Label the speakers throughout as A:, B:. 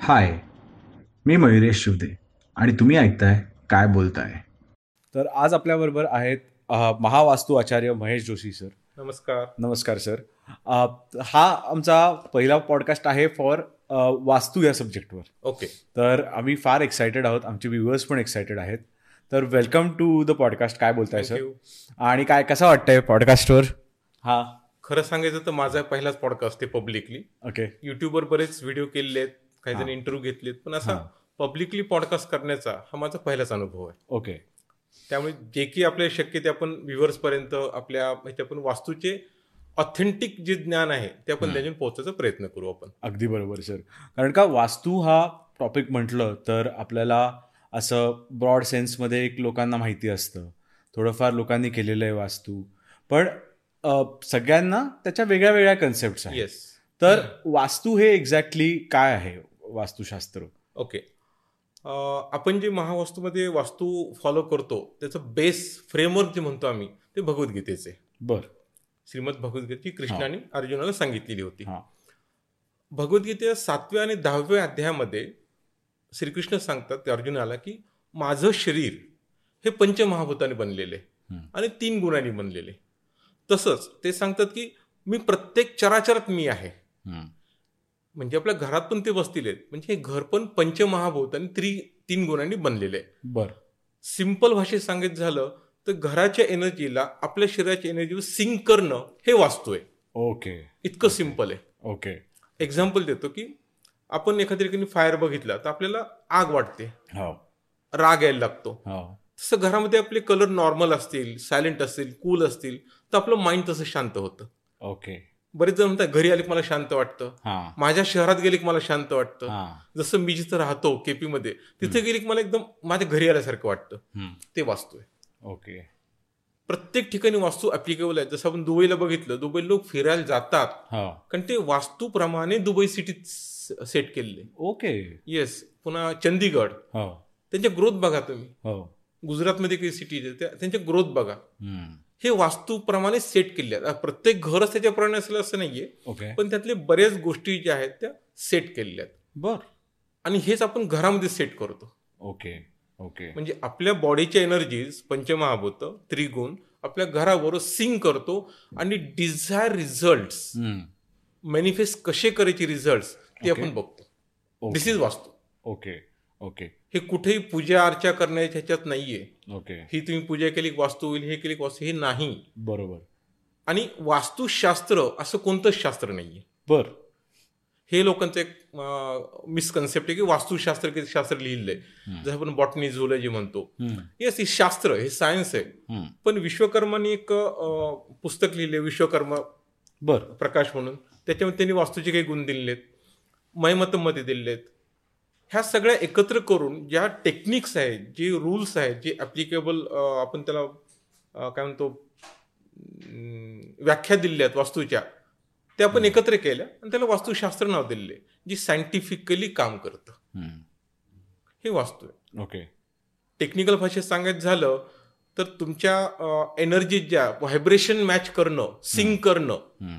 A: हाय मी मयुरेश शिवदे आणि तुम्ही ऐकताय काय बोलताय
B: तर आज आपल्याबरोबर आहेत अ, महावास्तू आचार्य महेश जोशी सर
C: नमस्कार
B: नमस्कार सर अ, हा आमचा पहिला पॉडकास्ट आहे फॉर वास्तू या सब्जेक्टवर
C: ओके
B: तर आम्ही फार एक्सायटेड आहोत आमचे व्ह्युअर्स पण एक्सायटेड आहेत तर वेलकम टू द पॉडकास्ट काय बोलताय
C: Thank
B: सर
C: you.
B: आणि काय कसं वाटतंय पॉडकास्टवर हा
C: खरं सांगायचं तर माझा पहिलाच पॉडकास्ट आहे पब्लिकली
B: ओके
C: युट्यूबवर बरेच व्हिडिओ केलेले आहेत काही जण
B: हा.
C: इंटरव्ह्यू घेतलेत पण असा
B: हा.
C: पब्लिकली पॉडकास्ट करण्याचा हा माझा पहिलाच अनुभव आहे
B: ओके
C: त्यामुळे जे की आपल्या शक्य ते आपण viewers पर्यंत आपल्या ह्याच्या आपण वास्तूचे ऑथेंटिक जे ज्ञान आहे ते आपण त्याच्यात पोहोचायचा प्रयत्न करू आपण
B: अगदी बरोबर सर कारण का वास्तू हा टॉपिक म्हटलं तर आपल्याला असं ब्रॉड सेन्समध्ये एक लोकांना माहिती असतं थोडंफार लोकांनी केलेलं आहे वास्तू पण अ, सगळ्यांना त्याच्या वेगळ्या वेगळ्या कन्सेप्ट आहेत
C: येस
B: तर वास्तू हे एक्झॅक्टली काय आहे वास्तुशास्त्र
C: ओके आपण जे महावास्तूमध्ये वास्तू फॉलो करतो त्याचं बेस फ्रेमवर्क जे म्हणतो आम्ही ते भगवद्गीतेचे
B: बर
C: श्रीमद भगवद्गीतेची
B: हा.
C: कृष्णाने अर्जुनाला सांगितलेली होती
B: हा.
C: भगवद्गीतेच्या सातव्या आणि दहाव्या अध्यायामध्ये श्रीकृष्ण सांगतात ते अर्जुनाला की माझं शरीर हे पंचमहाभूताने बनलेले
B: हम्म.
C: आणि तीन गुणांनी बनलेले तसंच ते सांगतात की मी प्रत्येक चराचरात मी आहे म्हणजे आपल्या घरात पण ते बसतील म्हणजे हे घर पण पंचमहाभूत आणि त्रि तीन गुणांनी बनलेले आहे
B: बर
C: सिंपल भाषेत सांगित झालं तर घराच्या एनर्जीला आपल्या शरीराच्या एनर्जीवर सिंक करणं हे वास्तू आहे
B: ओके
C: इतकं सिंपल आहे
B: ओके
C: एक्झाम्पल देतो की आपण एखाद्या ठिकाणी फायर बघितला तर आपल्याला आग वाटते
B: हो
C: राग यायला लागतो
B: हो
C: तसं घरामध्ये आपले कलर नॉर्मल असतील सायलेंट असतील कूल असतील तर आपलं माइंड तसं शांत होतं
B: ओके
C: बरेच जण म्हणतात घरी आले की मला शांत वाटतं
B: हां
C: माझ्या शहरात गेले की मला शांत वाटतं
B: हां
C: जसं मी जिथं राहतो केपी मध्ये तिथे
B: हम्म.
C: गेले की मला एकदम माझ्या घरी आल्यासारखं वाटतं
B: हम्म.
C: ते वास्तू आहे
B: ओके
C: प्रत्येक ठिकाणी वास्तू अप्लिकेबल आहे जसं आपण दुबईला बघितलं दुबई लोक फिरायला जातात
B: हो
C: कारण ते वास्तूप्रमाणे दुबई सिटीत सेट केलेले
B: ओके
C: येस पुन्हा चंदीगड
B: हो
C: त्यांच्या ग्रोथ बघा तुम्ही
B: हो
C: गुजरातमध्ये काही सिटीज आहेत त्या- त्यांच्या ग्रोथ बघा
B: हम्म.
C: हे वास्तूप्रमाणे सेट केले आहेत आता प्रत्येक घरच त्याच्याप्रमाणे असेल असं नाहीये
B: ओके
C: पण त्यातले बऱ्याच गोष्टी ज्या आहेत त्या सेट केलेल्या आहेत
B: बर
C: आणि हेच आपण घरामध्ये सेट करतो
B: ओके ओके
C: म्हणजे आपल्या बॉडीच्या एनर्जीज पंचमहाभूत त्रिगुण आपल्या घराबरोबर सिंक करतो आणि डिझायर रिझल्ट
B: हम्म.
C: मॅनिफेस्ट कसे करायचे रिझल्ट ते
B: Okay.
C: आपण बघतो
B: okay.
C: This is vastu
B: okay okay
C: हे कुठेही पूजा अर्चा करण्याच्या ह्याच्यात नाहीये
B: ओके
C: ही तुम्ही पूजा केली की वास्तू होईल हे केली की वास्तू हे नाही
B: बरोबर
C: आणि वास्तुशास्त्र असं कोणतंच शास्त्र नाहीये
B: बर
C: हे लोकांचं एक मिसकन्सेप्ट आहे की वास्तुशास्त्र किती शास्त्र लिहिलंय
B: हम्म.
C: जसं आपण बॉटनी झुलॉजी म्हणतो
B: हम्म.
C: येस हे शास्त्र हे सायन्स आहे
B: हम्म.
C: पण विश्वकर्माने एक अं, पुस्तक लिहिले विश्वकर्मा
B: बर
C: प्रकाश म्हणून त्याच्यामध्ये त्यांनी वास्तूचे काही गुण दिलेले मैमतमध्ये दिलेले आहेत ह्या सगळ्या एकत्र करून ज्या टेक्निक्स आहेत जे रूल्स आहेत जे ॲप्लिकेबल आपण त्याला अं, काय म्हणतो अं, व्याख्या दिलेल्या आहेत वास्तूच्या त्या आपण एकत्र केल्या आणि त्याला वास्तुशास्त्र नाव दिलेले जे सायंटिफिकली काम करतं
B: हम्म.
C: हे वास्तू आहे
B: ओके
C: टेक्निकल भाषेत सांगायचं झालं तर तुमच्या एनर्जी ज्या व्हायब्रेशन मॅच करणं सिंक करणं
B: हम्म.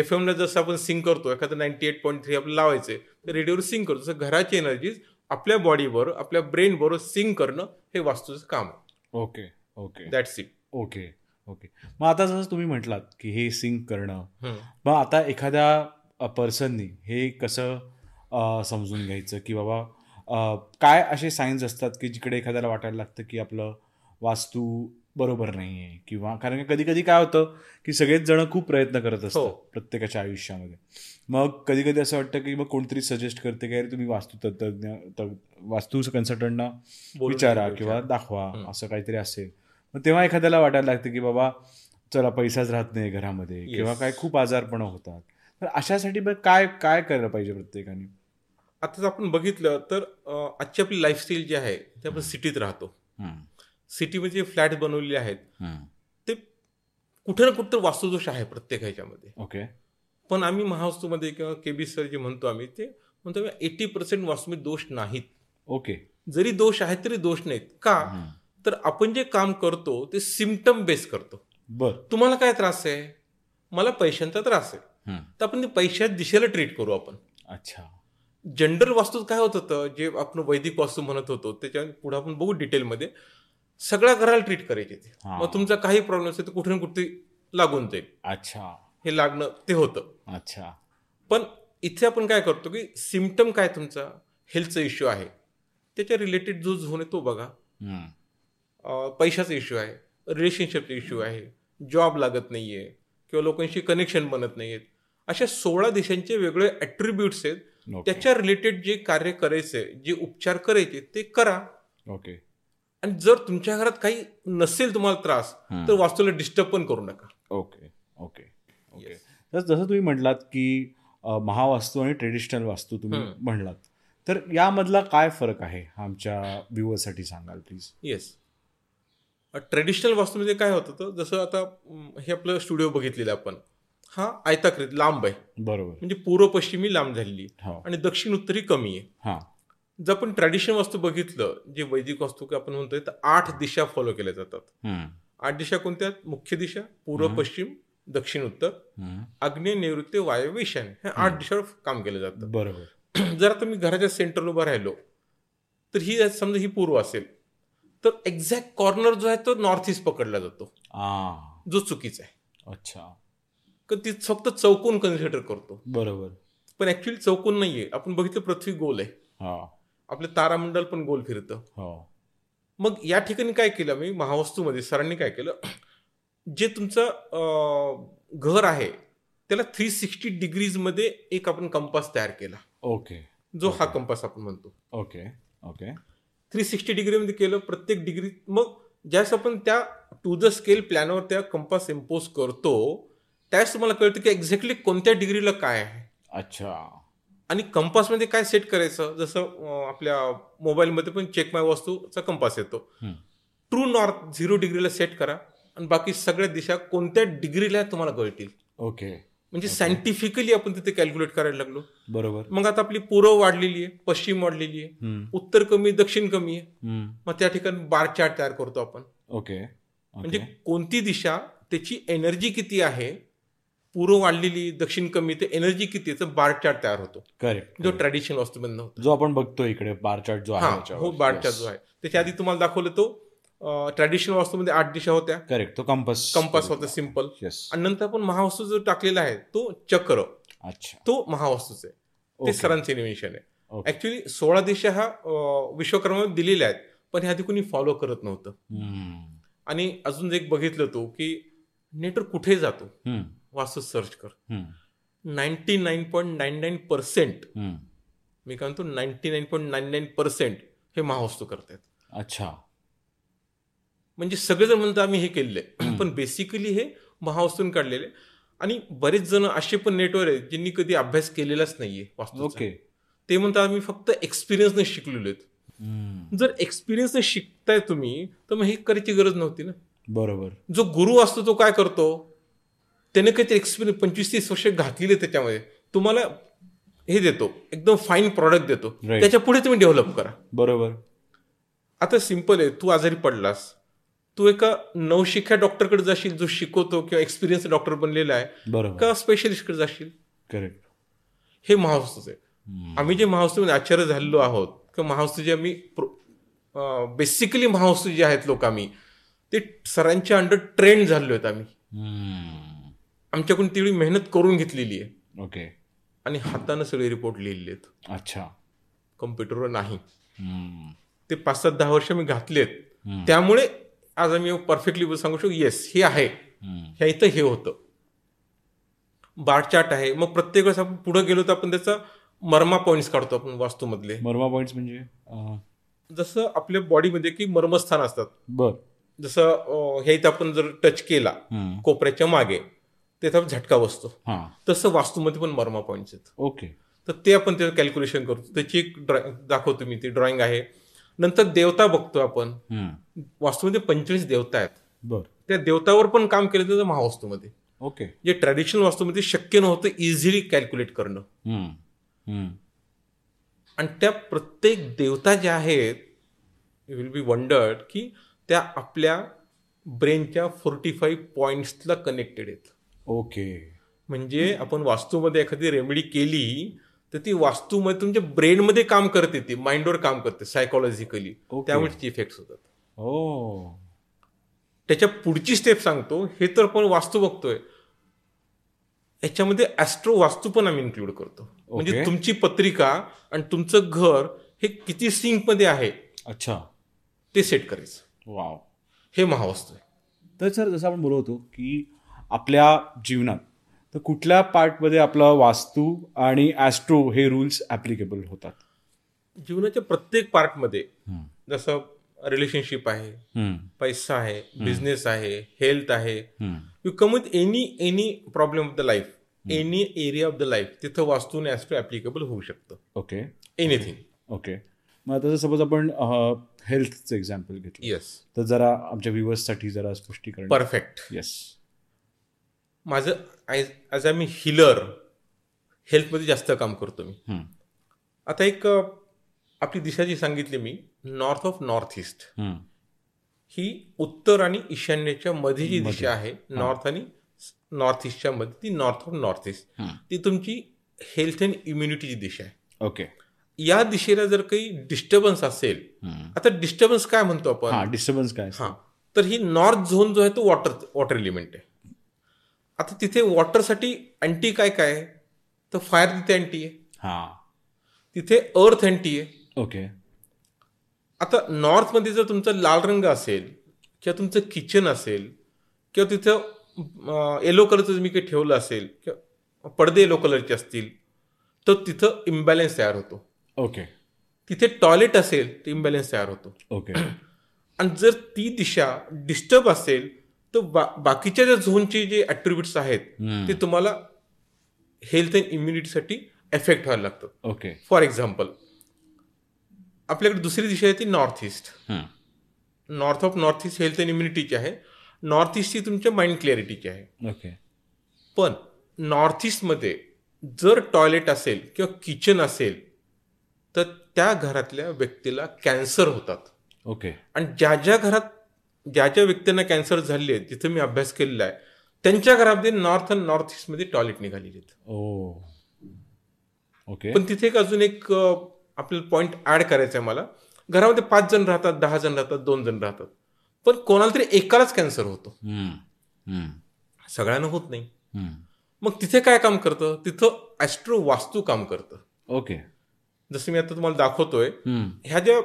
C: एफ एमला जसं आपण सिंक करतो एखादं नाईन्टी एट पॉईंट थ्री आपलं लावायचं तर रेडिओवर सिंक करतो तसं घराची एनर्जीज आपल्या बॉडीवर आपल्या ब्रेनबरोबर सिंक करणं हे वास्तूचं काम आहे
B: okay okay
C: that's it
B: okay okay मग आता जसं तुम्ही म्हटलात की हे सिंक करणं मग आता एखाद्या पर्सननी हे कसं अ, समजून घ्यायचं की बाबा अ, काय असे सायन्स असतात की जिकडे एखाद्याला वाटायला लागतं की आपलं वास्तू बरोबर नाही आहे किंवा कारण कधी कधी काय होतं की सगळेच जण खूप प्रयत्न करत असतात
C: हो.
B: प्रत्येकाच्या आयुष्यामध्ये मग कधी कधी असं वाटतं की मग कोणतरी सजेस्ट करते की अरे तुम्ही वास्तू तज्ञ त- वास्तू कन्सल्टंटना
C: बोलून
B: विचारा
C: विचारा.
B: किंवा दाखवा
C: हं.
B: असं काहीतरी असेल मग तेव्हा एखाद्याला वाटायला लागतं की बाबा चला पैसाच राहत नाही घरामध्ये
C: Yes.
B: किंवा काय खूप आजारपण होतात तर अशासाठी मग काय काय करायला पाहिजे प्रत्येकाने
C: आता जर आपण बघितलं तर अं, आजची आपली लाईफस्टाईल जी आहे ते आपण सिटीत राहतो सिटीमध्ये जे फ्लॅट बनवलेले आहेत ते कुठे ना कुठं वास्तुदोष आहे प्रत्येक ह्याच्यामध्ये
B: ओके
C: पण आम्ही महावास्तूमध्ये किंवा केबी सर जे म्हणतो आम्ही ते म्हणतो एटी पर्सेंट वास्तूमध्ये दोष नाहीत
B: ओके
C: जरी दोष आहेत तरी दोष नाहीत का तर आपण जे काम करतो ते सिमटम बेस करतो
B: बर
C: तुम्हाला काय त्रास आहे मला पैशांचा त्रास आहे तर आपण ते पैशात दिशेला ट्रीट करू आपण
B: अच्छा
C: जनरल वास्तूत काय होत होतं जे आपण वैदिक वास्तू म्हणत होतो त्याच्या पुढे आपण बघू डिटेलमध्ये सगळ्या घराला ट्रीट करायचे ते
B: हा.
C: मग तुमचा काही प्रॉब्लेम असेल तर कुठे ना कुठे लागून जाईल
B: अच्छा
C: हे लागणं ते होतं
B: अच्छा
C: पण इथे आपण काय करतो की सिमटम काय तुमचा हेल्थचा इश्यू आहे त्याच्या रिलेटेड जो झोन आहे तो बघा
B: हम्म.
C: अं, पैशाचा इश्यू आहे रिलेशनशिपचा इश्यू आहे जॉब लागत नाही आहे किंवा लोकांशी कनेक्शन बनत नाही आहेत अशा सोळा देशांचे वेगळे ॲट्रिब्यूट्स आहेत
B: ओके.
C: त्याच्या रिलेटेड जे कार्य करायचे जे उपचार करायचे ते करा
B: ओके
C: आणि जर तुमच्या घरात काही नसेल तुम्हाला त्रास
B: हम्म.
C: तर वास्तूला डिस्टर्ब पण करू नका
B: ओके ओके ओके
C: Yes.
B: तर जसं तुम्ही म्हटलात की अ, महावास्तू आणि ट्रेडिशनल वास्तू तुम्ही
C: हम्म.
B: म्हणलात तर यामधला काय फरक आहे आमच्या व्ह्युअर्ससाठी सांगाल प्लीज
C: येस ट्रेडिशनल वास्तूमध्ये काय होतं तर जसं आता अं, हे आपलं स्टुडिओ बघितलेलं आपण हा आयताकृत लांब आहे
B: बरोबर
C: म्हणजे पूर्व पश्चिमी लांब झालेली आहे.
B: हो
C: आणि दक्षिण उत्तरी कमी आहे
B: हां
C: जर आपण ट्रॅडिशनल वास्तू बघितलं जे वैदिक वास्तू की आपण म्हणतोय तर आठ दिशा फॉलो केल्या जातात
B: हम्म.
C: आठ दिशा कोणत्या आहेत? मुख्य दिशा पूर्व
B: हम्म.
C: पश्चिम दक्षिण उत्तर
B: हम्म.
C: आग्नेय नैऋत्य वायव्य ईशान्य ह्या आठ
B: हम्म.
C: दिशावर काम केलं जातं
B: बरोबर
C: जर आता मी घराच्या सेंटरला उभा राहिलो तर ही समजा ही पूर्व असेल तर एक्झॅक्ट कॉर्नर जो आहे तो नॉर्थ ईस्ट पकडला जातो
B: आ
C: जो चुकीचा आहे
B: अच्छा
C: कारण ती फक्त चौकोन कन्सिडर करतो
B: बरोबर
C: पण ऍक्च्युली चौकोन नाहीये आपण बघितलं पृथ्वी गोल आहे
B: हा
C: आपलं तारामंडल पण गोल फिरतं
B: हो
C: मग या ठिकाणी काय केलं मी महावस्तूमध्ये सरांनी काय केलं जे तुमचं अं, घर आहे त्याला थ्री सिक्स्टी डिग्रीजमध्ये एक आपण कंपास तयार केला
B: ओके
C: जो हा
B: Okay.
C: कंपास आपण म्हणतो
B: ओके ओके
C: थ्री सिक्स्टी डिग्रीमध्ये केलं प्रत्येक डिग्री मग ज्यास आपण त्या टू द स्केल प्लॅनवर त्या कंपास इम्पोज करतो त्यावेळेस तुम्हाला कळतं की एक्झॅक्टली कोणत्या डिग्रीला काय आहे
B: अच्छा
C: आणि कंपासमध्ये काय सेट करायचं जसं अं, आपल्या मोबाईलमध्ये पण चेक माय वस्तूचा कंपास येतो
B: हम्म.
C: ट्रू नॉर्थ झिरो डिग्रीला सेट करा आणि बाकी सगळ्या दिशा कोणत्या डिग्रीला तुम्हाला कळतील
B: ओके
C: म्हणजे
B: Okay.
C: सायंटिफिकली आपण तिथे कॅल्क्युलेट करायला लागलो
B: बरोबर
C: मग आता आपली पूर्व वाढलेली आहे पश्चिम वाढलेली आहे
B: हम्म.
C: उत्तर कमी दक्षिण कमी आहे
B: हम्म.
C: मग त्या ठिकाणी बार चार्ट तयार करतो आपण
B: ओके
C: म्हणजे
B: ओके
C: कोणती दिशा त्याची एनर्जी किती आहे पूर्व वाढलेली दक्षिण कमी ते एनर्जी किती याचा बार चार्ट तयार होतो
B: करेक्ट
C: जो ट्रॅडिशनल वास्तूबंद होतो
B: जो आपण बघतो इकडे बार चार्ट जो
C: हा
B: आहे
C: हो बार चार्ट जो आहे त्याच्या आधी तुम्हाला दाखवलं तो ट्रॅडिशनल वास्तूमध्ये आठ दिशा होत्या
B: करेक्ट तो कंपास
C: कंपास होता सिम्पल
B: येस
C: आणि नंतर आपण महावस्तू जो टाकलेला आहे तो चक्र
B: अच्छा
C: तो महावस्तूचा आहे ते
B: ओके.
C: सरांचं इन्व्हेन्शन आहे
B: Okay.
C: ऍक्च्युली सोळा दिशा ह्या अं, विश्वकर्माने दिलेल्या आहेत पण ह्या आधी कोणी फॉलो करत नव्हतं
B: हम्म.
C: आणि अजून एक बघितलं तो की नेटवर्क कुठे जातो
B: हम्म.
C: वास्तू सर्च कर
B: हम्म.
C: Ninety nine point nine nine percent
B: हम्म.
C: मी काय म्हणतो ninety nine point nine nine percent हे महावस्तू करतायत
B: अच्छा
C: म्हणजे सगळेजण म्हणतात आम्ही हे केलेले
B: हम्म.
C: पण बेसिकली हे महावस्तून काढलेले आणि बरेच जण असे पण नेटवर आहेत ज्यांनी कधी अभ्यास केलेलाच नाहीये वास्तूचा
B: ओके
C: ते म्हणतात आम्ही फक्त एक्सपिरियन्सने शिकलेलो आहेत
B: हम्म.
C: जर एक्सपिरियन्सने शिकताय तुम्ही तर मग हे करायची गरज नव्हती ना
B: बरोबर
C: जो गुरु असतो तो काय करतो त्याने काहीतरी एक्सपिरियन्स पंचवीस तीस वर्ष घातलेले त्याच्यामध्ये तुम्हाला हे देतो एकदम फाईन प्रॉडक्ट देतो
B: Right.
C: त्याच्या पुढे तुम्ही डेव्हलप करा
B: बरोबर
C: आता सिम्पल आहे तू आजारी पडलास तू एका नवशिक्या डॉक्टरकडे जाशील जो शिकवतो किंवा एक्सपिरियन्स डॉक्टर बनलेला आहे
B: बरोबर
C: का स्पेशलिस्टकडे जाशील
B: करेक्ट
C: हे महावस्तूच आहे
B: हम्म.
C: आम्ही जे महावस्तूमध्ये आश्चर्य झालेलो आहोत किंवा महावस्तू जे आम्ही बेसिकली महावस्तू जे आहेत लोक आम्ही ते सरांच्या अंडर ट्रेंड झालेलो आहेत आम्ही
B: हम्म.
C: आमच्याकडून तेवढी मेहनत करून घेतलेली आहे
B: ओके
C: आणि हातानं सगळे रिपोर्ट लिहिलेले आहेत
B: अच्छा
C: कम्प्युटरवर नाही
B: हम्म.
C: ते पाच सात दहा वर्ष मी घातलेत
B: हम्म.
C: त्यामुळे आज आम्ही परफेक्टली सांगू शकतो येस हे आहे
B: हम्म.
C: ह्या इथं हे होतं बारचाट आहे मग प्रत्येक वेळेस आपण पुढे गेलो तर आपण त्याचा मर्मा पॉईंट्स काढतो आपण वास्तूमधले
B: मर्मा पॉइंट म्हणजे अं,
C: जसं आपल्या बॉडीमध्ये की मर्मस्थान असतात
B: बर
C: जसं अं, हे इथं आपण जर टच केला
B: हम्म.
C: कोपऱ्याच्या मागे त्याचा झटका बसतो
B: हा
C: तसं वास्तूमध्ये पण मर्मा पॉईंट्स आहेत
B: ओके
C: तर ते आपण त्याचं कॅल्क्युलेशन करतो त्याची एक ड्रॉ दाखवतो मी ती ड्रॉइंग आहे नंतर देवता बघतो आपण
B: हम्म.
C: वास्तूमध्ये पंचेचाळीस देवता आहेत
B: बर
C: त्या देवतावर पण काम केलं त्याचं महावस्तूमध्ये
B: ओके
C: जे ट्रॅडिशनल वास्तूमध्ये शक्य नव्हतं इझिली कॅल्क्युलेट करणं
B: हम्म. हम्म.
C: आणि त्या प्रत्येक देवता ज्या आहेत यू विल बी वंडर्ड की त्या आपल्या ब्रेनच्या फोर्टी फाईव्ह पॉईंट्सला कनेक्टेड आहेत
B: ओके
C: म्हणजे आपण वास्तूमध्ये एखादी रेमेडी केली तर ती वास्तू म्हणजे तुमच्या ब्रेनमध्ये काम करते ती माइंडवर काम करते सायकोलॉजिकली
B: Okay.
C: त्यामुळे इफेक्ट होतात
B: हो
C: त्याच्या पुढची स्टेप सांगतो हे तर आपण वास्तू बघतोय याच्यामध्ये ॲस्ट्रो वास्तू पण आम्ही इन्क्लूड करतो म्हणजे तुमची पत्रिका आणि तुमचं घर हे किती सिंक मध्ये आहे
B: अच्छा
C: ते सेट करायचं
B: वाव
C: हे महावस्तू आहे
B: तर सर जसं आपण बोलत होतो की आपल्या जीवनात तर कुठल्या पार्टमध्ये आपला वास्तू आणि ॲस्ट्रो हे रूल्स ॲप्लिकेबल होतात
C: जीवनाच्या प्रत्येक पार्टमध्ये जसं रिलेशनशिप आहे पैसा आहे बिझनेस आहे हेल्थ आहे you come with any any problem of the life any area of the life तिथं वास्तू आणि ॲस्ट्रो ॲप्लिकेबल होऊ शकतं
B: ओके
C: एनिथिंग
B: ओके मग आता जर सपोज आपण हेल्थचं एक्झाम्पल घेतलं
C: येस
B: तर जरा आमच्या व्ह्युअर्ससाठी जरा स्पष्टीकरण
C: परफेक्ट
B: येस
C: माझं ॲज अ मी हिलर हेल्थमध्ये जास्त काम करतो मी आता एक अ, आपली दिशा जी सांगितली मी नॉर्थ ऑफ नॉर्थ ईस्ट ही उत्तर आणि ईशान्येच्या मध्ये जी
B: मध्ये.
C: दिशा आहे नॉर्थ आणि नॉर्थ ईस्टच्या मध्ये ती नॉर्थ ऑफ नॉर्थ ईस्ट
B: हम्म.
C: ती तुमची हेल्थ अँड इम्युनिटीची दिशा आहे
B: ओके
C: या दिशेला जर काही डिस्टर्बन्स असेल आता डिस्टर्बन्स काय म्हणतो आपण
B: हां डिस्टर्बन्स काय
C: हा तर ही नॉर्थ झोन जो आहे तो वॉटर वॉटर एलिमेंट आहे आता तिथे वॉटरसाठी अँटी काय काय आहे तर फायर तिथे अँटी आहे
B: हां
C: तिथे अर्थ अँटी आहे
B: ओके
C: आता नॉर्थमध्ये जर तुमचा लाल रंग असेल किंवा तुमचं किचन असेल किंवा तिथं येलो कलरचं तुम्ही काही ठेवलं असेल किंवा पडदे येलो कलरचे असतील तर तिथं इम्बॅलन्स तयार होतो
B: ओके
C: तिथे टॉयलेट असेल तर इम्बॅलन्स तयार होतो
B: ओके
C: आणि जर ती दिशा डिस्टर्ब असेल तर बा बाकीच्या ज्या झोनचे जे ॲट्रिब्युट्स आहेत ते तुम्हाला हेल्थ अँड इम्युनिटीसाठी एफेक्ट व्हायला लागतं
B: ओके
C: फॉर एक्झाम्पल आपल्याकडे दुसरी दिशा आहे ती north east north of north east health and इम्युनिटीची आहे नॉर्थ ईस्ट ही तुमच्या माइंड क्लॅरिटीची आहे
B: ओके
C: पण नॉर्थ ईस्टमध्ये जर टॉयलेट असेल किंवा किचन असेल तर त्या घरातल्या व्यक्तीला कॅन्सर होतात
B: ओके
C: आणि ज्या ज्या घरात ज्या ज्या व्यक्तींना कॅन्सर झाले आहे तिथे मी अभ्यास केलेला आहे त्यांच्या घरामध्ये नॉर्थ आणि नॉर्थ ईस्टमध्ये टॉयलेट निघालेली आहेत
B: ओ ओके
C: पण तिथे एक अजून एक अ, आपल्याला पॉईंट ॲड करायचा आहे मला घरामध्ये पाच जण राहतात दहा जण राहतात दोन जण राहतात पण कोणाला तरी एकालाच कॅन्सर होतो सगळ्यांना होत नाही मग तिथे काय काम करतं तिथं ॲस्ट्रो वास्तू काम करतं
B: ओके
C: जसं मी आता तुम्हाला दाखवतोय ह्या ज्या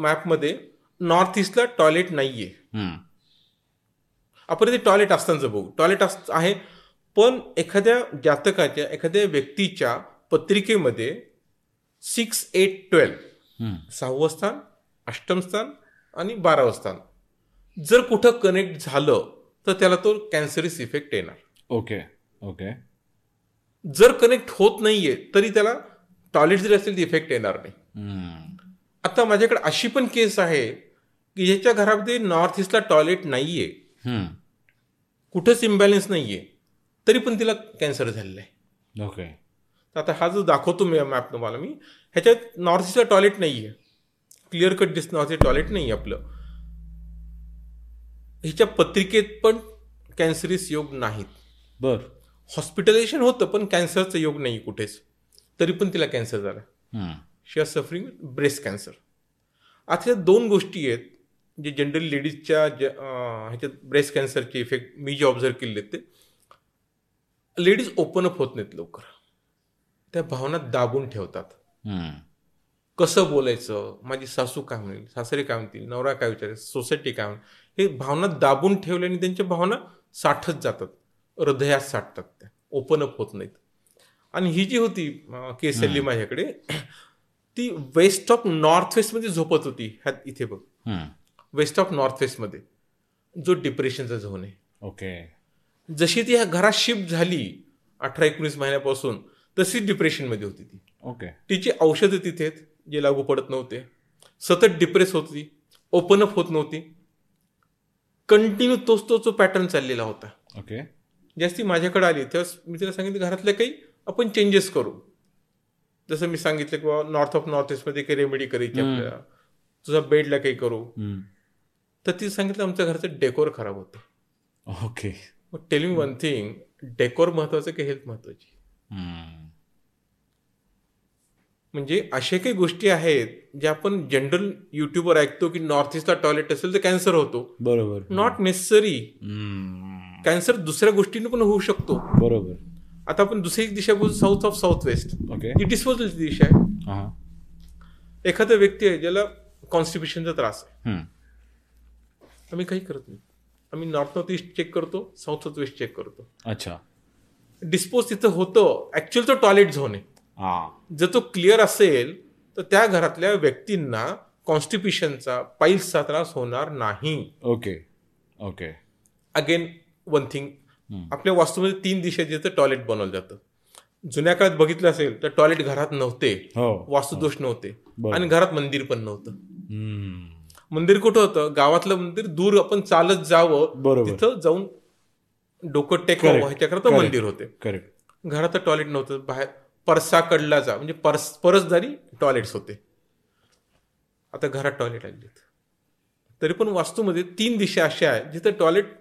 C: मॅपमध्ये नॉर्थ ईस्टला टॉयलेट नाही आहे आपण ते टॉयलेट असतानाचं बघू टॉयलेट अस आहे पण एखाद्या जातकाच्या एखाद्या व्यक्तीच्या पत्रिकेमध्ये सिक्स एट ट्वेल्व सहावं स्थान अष्टम स्थान आणि बारावं स्थान जर कुठं कनेक्ट झालं तर त्याला तो कॅन्सरिस इफेक्ट येणार
B: ओके ओके
C: जर कनेक्ट होत नाहीये तरी त्याला टॉयलेट जरी असेल तर इफेक्ट येणार नाही आता माझ्याकडे अशी पण केस आहे की ज्याच्या घरामध्ये नॉर्थ ईस्टला टॉयलेट नाहीये कुठंच इम्बॅलन्स नाहीये तरी पण तिला कॅन्सर झालेला आहे
B: ओके
C: तर आता हा जो दाखवतो मी मॅप तुम्हाला मी ह्याच्यात नॉर्थ ईस्टला टॉयलेट नाही आहे clear cut this north east toilet नाही आहे आपलं ह्याच्या पत्रिकेत पण कॅन्सरिस योग नाहीत
B: बर
C: हॉस्पिटलायझेशन होतं पण कॅन्सरचं योग नाही कुठेच तरी पण तिला कॅन्सर झाला she are suffering breast cancer आता या दोन गोष्टी आहेत जे जनरली लेडीजच्या ज- अं, ह्याच्यात ब्रेस्ट कॅन्सरचे इफेक्ट मी जे ऑब्झर्व केले ते लेडीज ओपन अप होत नाहीत लवकर त्या भावना दाबून ठेवतात कसं बोलायचं माझी सासू काय म्हणेल सासरे काय म्हणतील नवरा काय विचारेल सोसायटी काय म्हणेल हे भावना दाबून ठेवल्याने त्यांच्या भावना साठत जातात हृदयात साठतात त्या ओपन अप होत नाहीत आणि ही जी होती अं, केस आली माझ्याकडे ती वेस्ट ऑफ नॉर्थ वेस्टमध्ये झोपत होती ह्यात इथे बघ वेस्ट ऑफ नॉर्थ वेस्टमध्ये जो डिप्रेशनचा झोन आहे
B: ओके
C: जशी ती ह्या घरात शिफ्ट झाली अठरा एकोणीस महिन्यापासून तशी डिप्रेशनमध्ये होती ती
B: ओके
C: तिची औषधं तिथे आहेत जे लागू पडत नव्हते सतत डिप्रेस होती ओपन अप होत नव्हती कंटिन्यू तोच तोच पॅटर्न चाललेला होता
B: ओके
C: जास्ती माझ्याकडे आली तेव्हा मी तिला सांगितलं घरातले काही आपण चेंजेस करू जसं मी सांगितलं की बाबा नॉर्थ ऑफ नॉर्थ ईस्टमध्ये काही रेमेडी करायची
B: हम्म.
C: आपल्याला तुझा बेडला काही करू तर तिने सांगितलं आमच्या घरचं डेकोर खराब होतं
B: ओके
C: मग tell me one thing decor महत्वाचं की हेल्थ महत्वाची म्हणजे अशा काही गोष्टी आहेत ज्या आपण जनरल युट्यूबवर ऐकतो की नॉर्थ ईस्टला टॉयलेट असेल तर कॅन्सर होतो
B: बरोबर
C: नॉट नेसेसरी
B: हम्म.
C: कॅन्सर दुसऱ्या गोष्टीने पण होऊ शकतो
B: बरोबर
C: आता आपण दुसरी एक दिशा बोलू south of south west
B: okay
C: ही डिस्पोजलची दिशा आहे
B: हा
C: एखादा व्यक्ती आहे ज्याला कॉन्स्टिपेशनचा त्रास आहे
B: हम्म.
C: आम्ही काही करत नाही आम्ही नॉर्थ नॉर्थ ईस्ट चेक करतो साऊथ साऊथ वेस्ट चेक करतो
B: अच्छा
C: डिस्पोज तिथं होतं ऍक्च्युअल तो टॉयलेट झोन आहे
B: हा
C: जर तो क्लिअर असेल तर त्या घरातल्या व्यक्तींना कॉन्स्टिपेशनचा पाईल्सचा त्रास होणार नाही
B: okay okay
C: again one thing
B: हम्म.
C: आपल्या वास्तूमध्ये तीन दिशा जिथं टॉयलेट बनवलं जातं जुन्या काळात बघितलं असेल तर टॉयलेट घरात नव्हते
B: हो
C: वास्तुदोष नव्हते
B: बरं.
C: आणि घरात मंदिर पण नव्हतं
B: हम्म.
C: मंदिर कुठं होतं गावातलं मंदिर दूर आपण चालत जावं
B: बरोबर
C: तिथं जाऊन डोकं टेकवावं
B: Correct.
C: ह्याच्याकरता
B: Correct.
C: मंदिर होते
B: करेक्ट
C: घरात टॉयलेट नव्हतं बाहेर परसाकडला जा म्हणजे परस परसदारी टॉयलेट्स होते आता घरात टॉयलेट आणलेत तरी पण वास्तूमध्ये तीन दिशा अशा आहेत जिथे टॉयलेट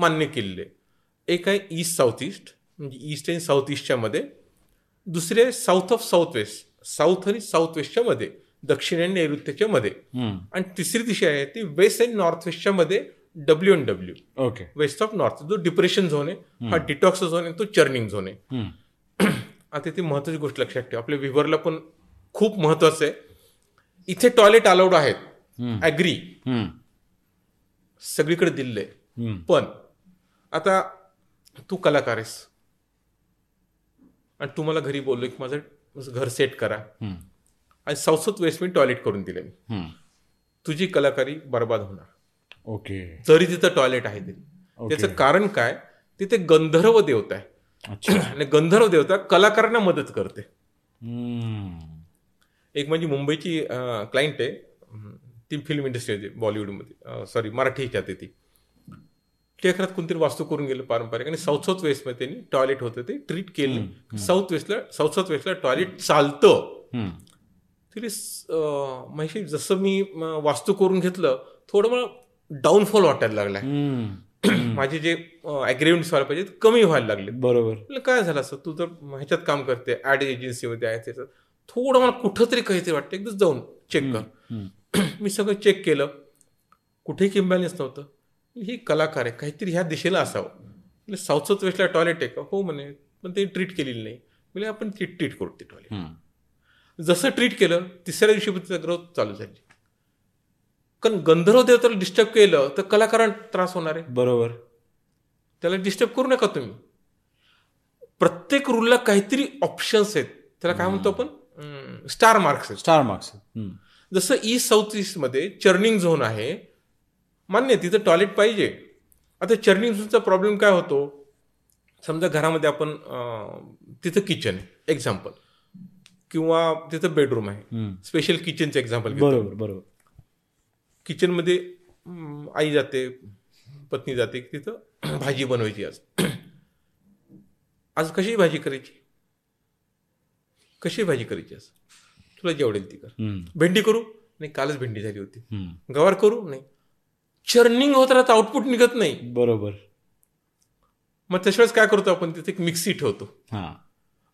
C: मान्य केलेले आहे. एक आहे ईस्ट साऊथ ईस्ट म्हणजे ईस्ट आणि साऊथ ईस्टच्या मध्ये दुसरे आहे south of south west south आणि साऊथ वेस्टच्या मध्ये दक्षिण आणि नैऋत्येच्या मध्ये
B: हम्म.
C: आणि तिसरी दिशा आहे ती वेस्ट अँड नॉर्थ वेस्टच्या मध्ये W and W
B: okay
C: west of north जो डिप्रेशन झोन आहे हा डिटॉक्स झोन आहे तो चर्निंग झोन आहे
B: हम्म.
C: आता ती महत्वाची गोष्ट लक्षात ठेवा आपल्या विव्हरला पण खूप महत्वाचं आहे इथे टॉयलेट अलाउड आहेत
B: हम्म.
C: ॲग्री
B: हम्म.
C: सगळीकडे दिले
B: हम्म.
C: पण आता तू कलाकार आहेस आणि तुम्हाला घरी बोललो की माझं माझं घर सेट करा
B: हम्म.
C: आणि साऊथ वेस्ट मी टॉयलेट करून दिले मी
B: हम्म.
C: तुझी कलाकारी बर्बाद होणार
B: ओके
C: जरी तिथं टॉयलेट आहे ते
B: ओके.
C: त्याचं कारण काय तिथे गंधर्व देवता आहे
B: अच्छा
C: आणि गंधर्व देवता कलाकारांना मदत करते
B: हम्म.
C: एक म्हणजे मुंबईची क्लायंट आहे अं, ती फिल्म इंडस्ट्रीमध्ये बॉलिवूडमध्ये सॉरी मराठी ह्याच्यात आहे ती त्या घरात कोणतरी वास्तू करून गेलं पारंपरिक आणि साऊथ साऊथ वेस्टमध्ये त्यांनी टॉयलेट होतं ते ट्रीट केलं साऊथ वेस्टला साऊथ साऊथ वेस्टला टॉयलेट चालतं
B: हम्म.
C: तरी माहिती जसं मी अं, वास्तू करून घेतलं थोडं मला डाऊनफॉल वाटायला लागला
B: हम्म.
C: माझे जे ॲग्रीमेंट्स व्हायला पाहिजे ते कमी व्हायला लागले
B: बरोबर
C: म्हटलं काय झालं असं तू तर ह्याच्यात काम करते ऍड एजन्सीमध्ये आहे त्याचं थोडं मला कुठं तरी काहीतरी वाटतं एकदा जाऊन चेक कर
B: हम्म.
C: मी सगळं चेक केलं कुठेही किंबॅलन्स नव्हतं ही कलाकार आहे काहीतरी ह्या दिशेला असावं म्हणजे साऊथ साऊथ वेस्टला टॉयलेट आहे का हो म्हणे पण ते ट्रीट केलेली नाही म्हणजे आपण ती ट्रीट करू ते टॉयलेट
B: हम्म.
C: जसं ट्रीट केलं तिसऱ्या दिवशी पण तिचा ग्रोथ चालू झाली कारण गंधर्व देवताला डिस्टर्ब केलं तर कलाकारांना त्रास होणार आहे
B: बरोबर
C: त्याला डिस्टर्ब करू नका तुम्ही प्रत्येक रूलला काहीतरी ऑप्शन्स आहेत त्याला काय म्हणतो आपण स्टार मार्क्स आहेत
B: स्टार मार्क्स हम्म.
C: जसं ईस्ट साऊथ ईस्टमध्ये चर्निंग झोन आहे मान्य आहे, तिथं टॉयलेट पाहिजे आता चर्निंग झोनचा प्रॉब्लेम काय होतो समजा घरामध्ये आपण अं, तिथं किचन आहे एक्झाम्पल किंवा तिथं बेडरूम आहे
B: हम्म.
C: स्पेशल किचनचं एक्झाम्पल घेतो
B: बरोबर बरोबर
C: किचनमध्ये अं, आई जाते पत्नी जाते तिथं भाजी बनवायची आज आज कशी भाजी करायची कशी भाजी करायची आज तुला जेवढेल ती कर
B: हम्म.
C: भेंडी करू नाही कालच भेंडी झाली होती
B: हम्म.
C: गवार करू नाही चर्निंग होत राहतं आउटपुट निघत नाही
B: बरोबर
C: मग त्याच्यावेळेस काय करतो आपण तिथे एक मिक्सी ठेवतो
B: हा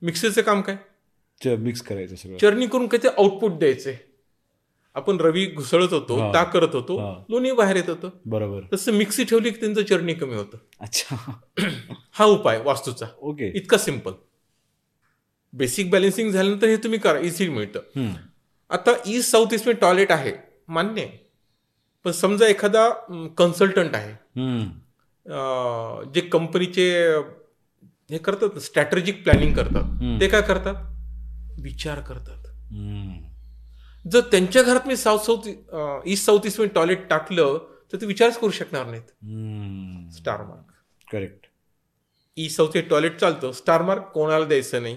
C: मिक्सीचं काम काय
B: मिक्स करायचं सगळं
C: चर्निंग करून काही ते आउटपुट द्यायचंय आपण रवी घुसळत होतो
B: हा.
C: ताक करत होतो
B: हा.
C: लोणी बाहेर येत होतं
B: बरोबर
C: तसं मिक्सी ठेवली की त्यांचं चरणी कमी होतं
B: अच्छा
C: हा उपाय वास्तूचा
B: ओके
C: इतका सिंपल बेसिक बॅलेन्सिंग झाल्यानंतर हे तुम्ही करा इझी मिळतं
B: हम्म.
C: आता ईस्ट साऊथ ईस्टमध्ये टॉयलेट आहे मान्य आहे पण समजा एखादा कन्सल्टंट आहे
B: हम्म.
C: अं, जे कंपनीचे हे करतात स्ट्रॅटेजिक प्लॅनिंग करतात
B: हम्म.
C: ते काय करतात विचार करतात
B: हम्म.
C: जर त्यांच्या घरात मी साऊथ साऊथ अं, ईस्ट साऊथ ईस्टमध्ये टॉयलेट टाकलं तर ते विचारच करू शकणार नाहीत
B: हम्म.
C: Star mark
B: correct
C: east south toilet चालतं स्टार मार्क कोणाला द्यायचं नाही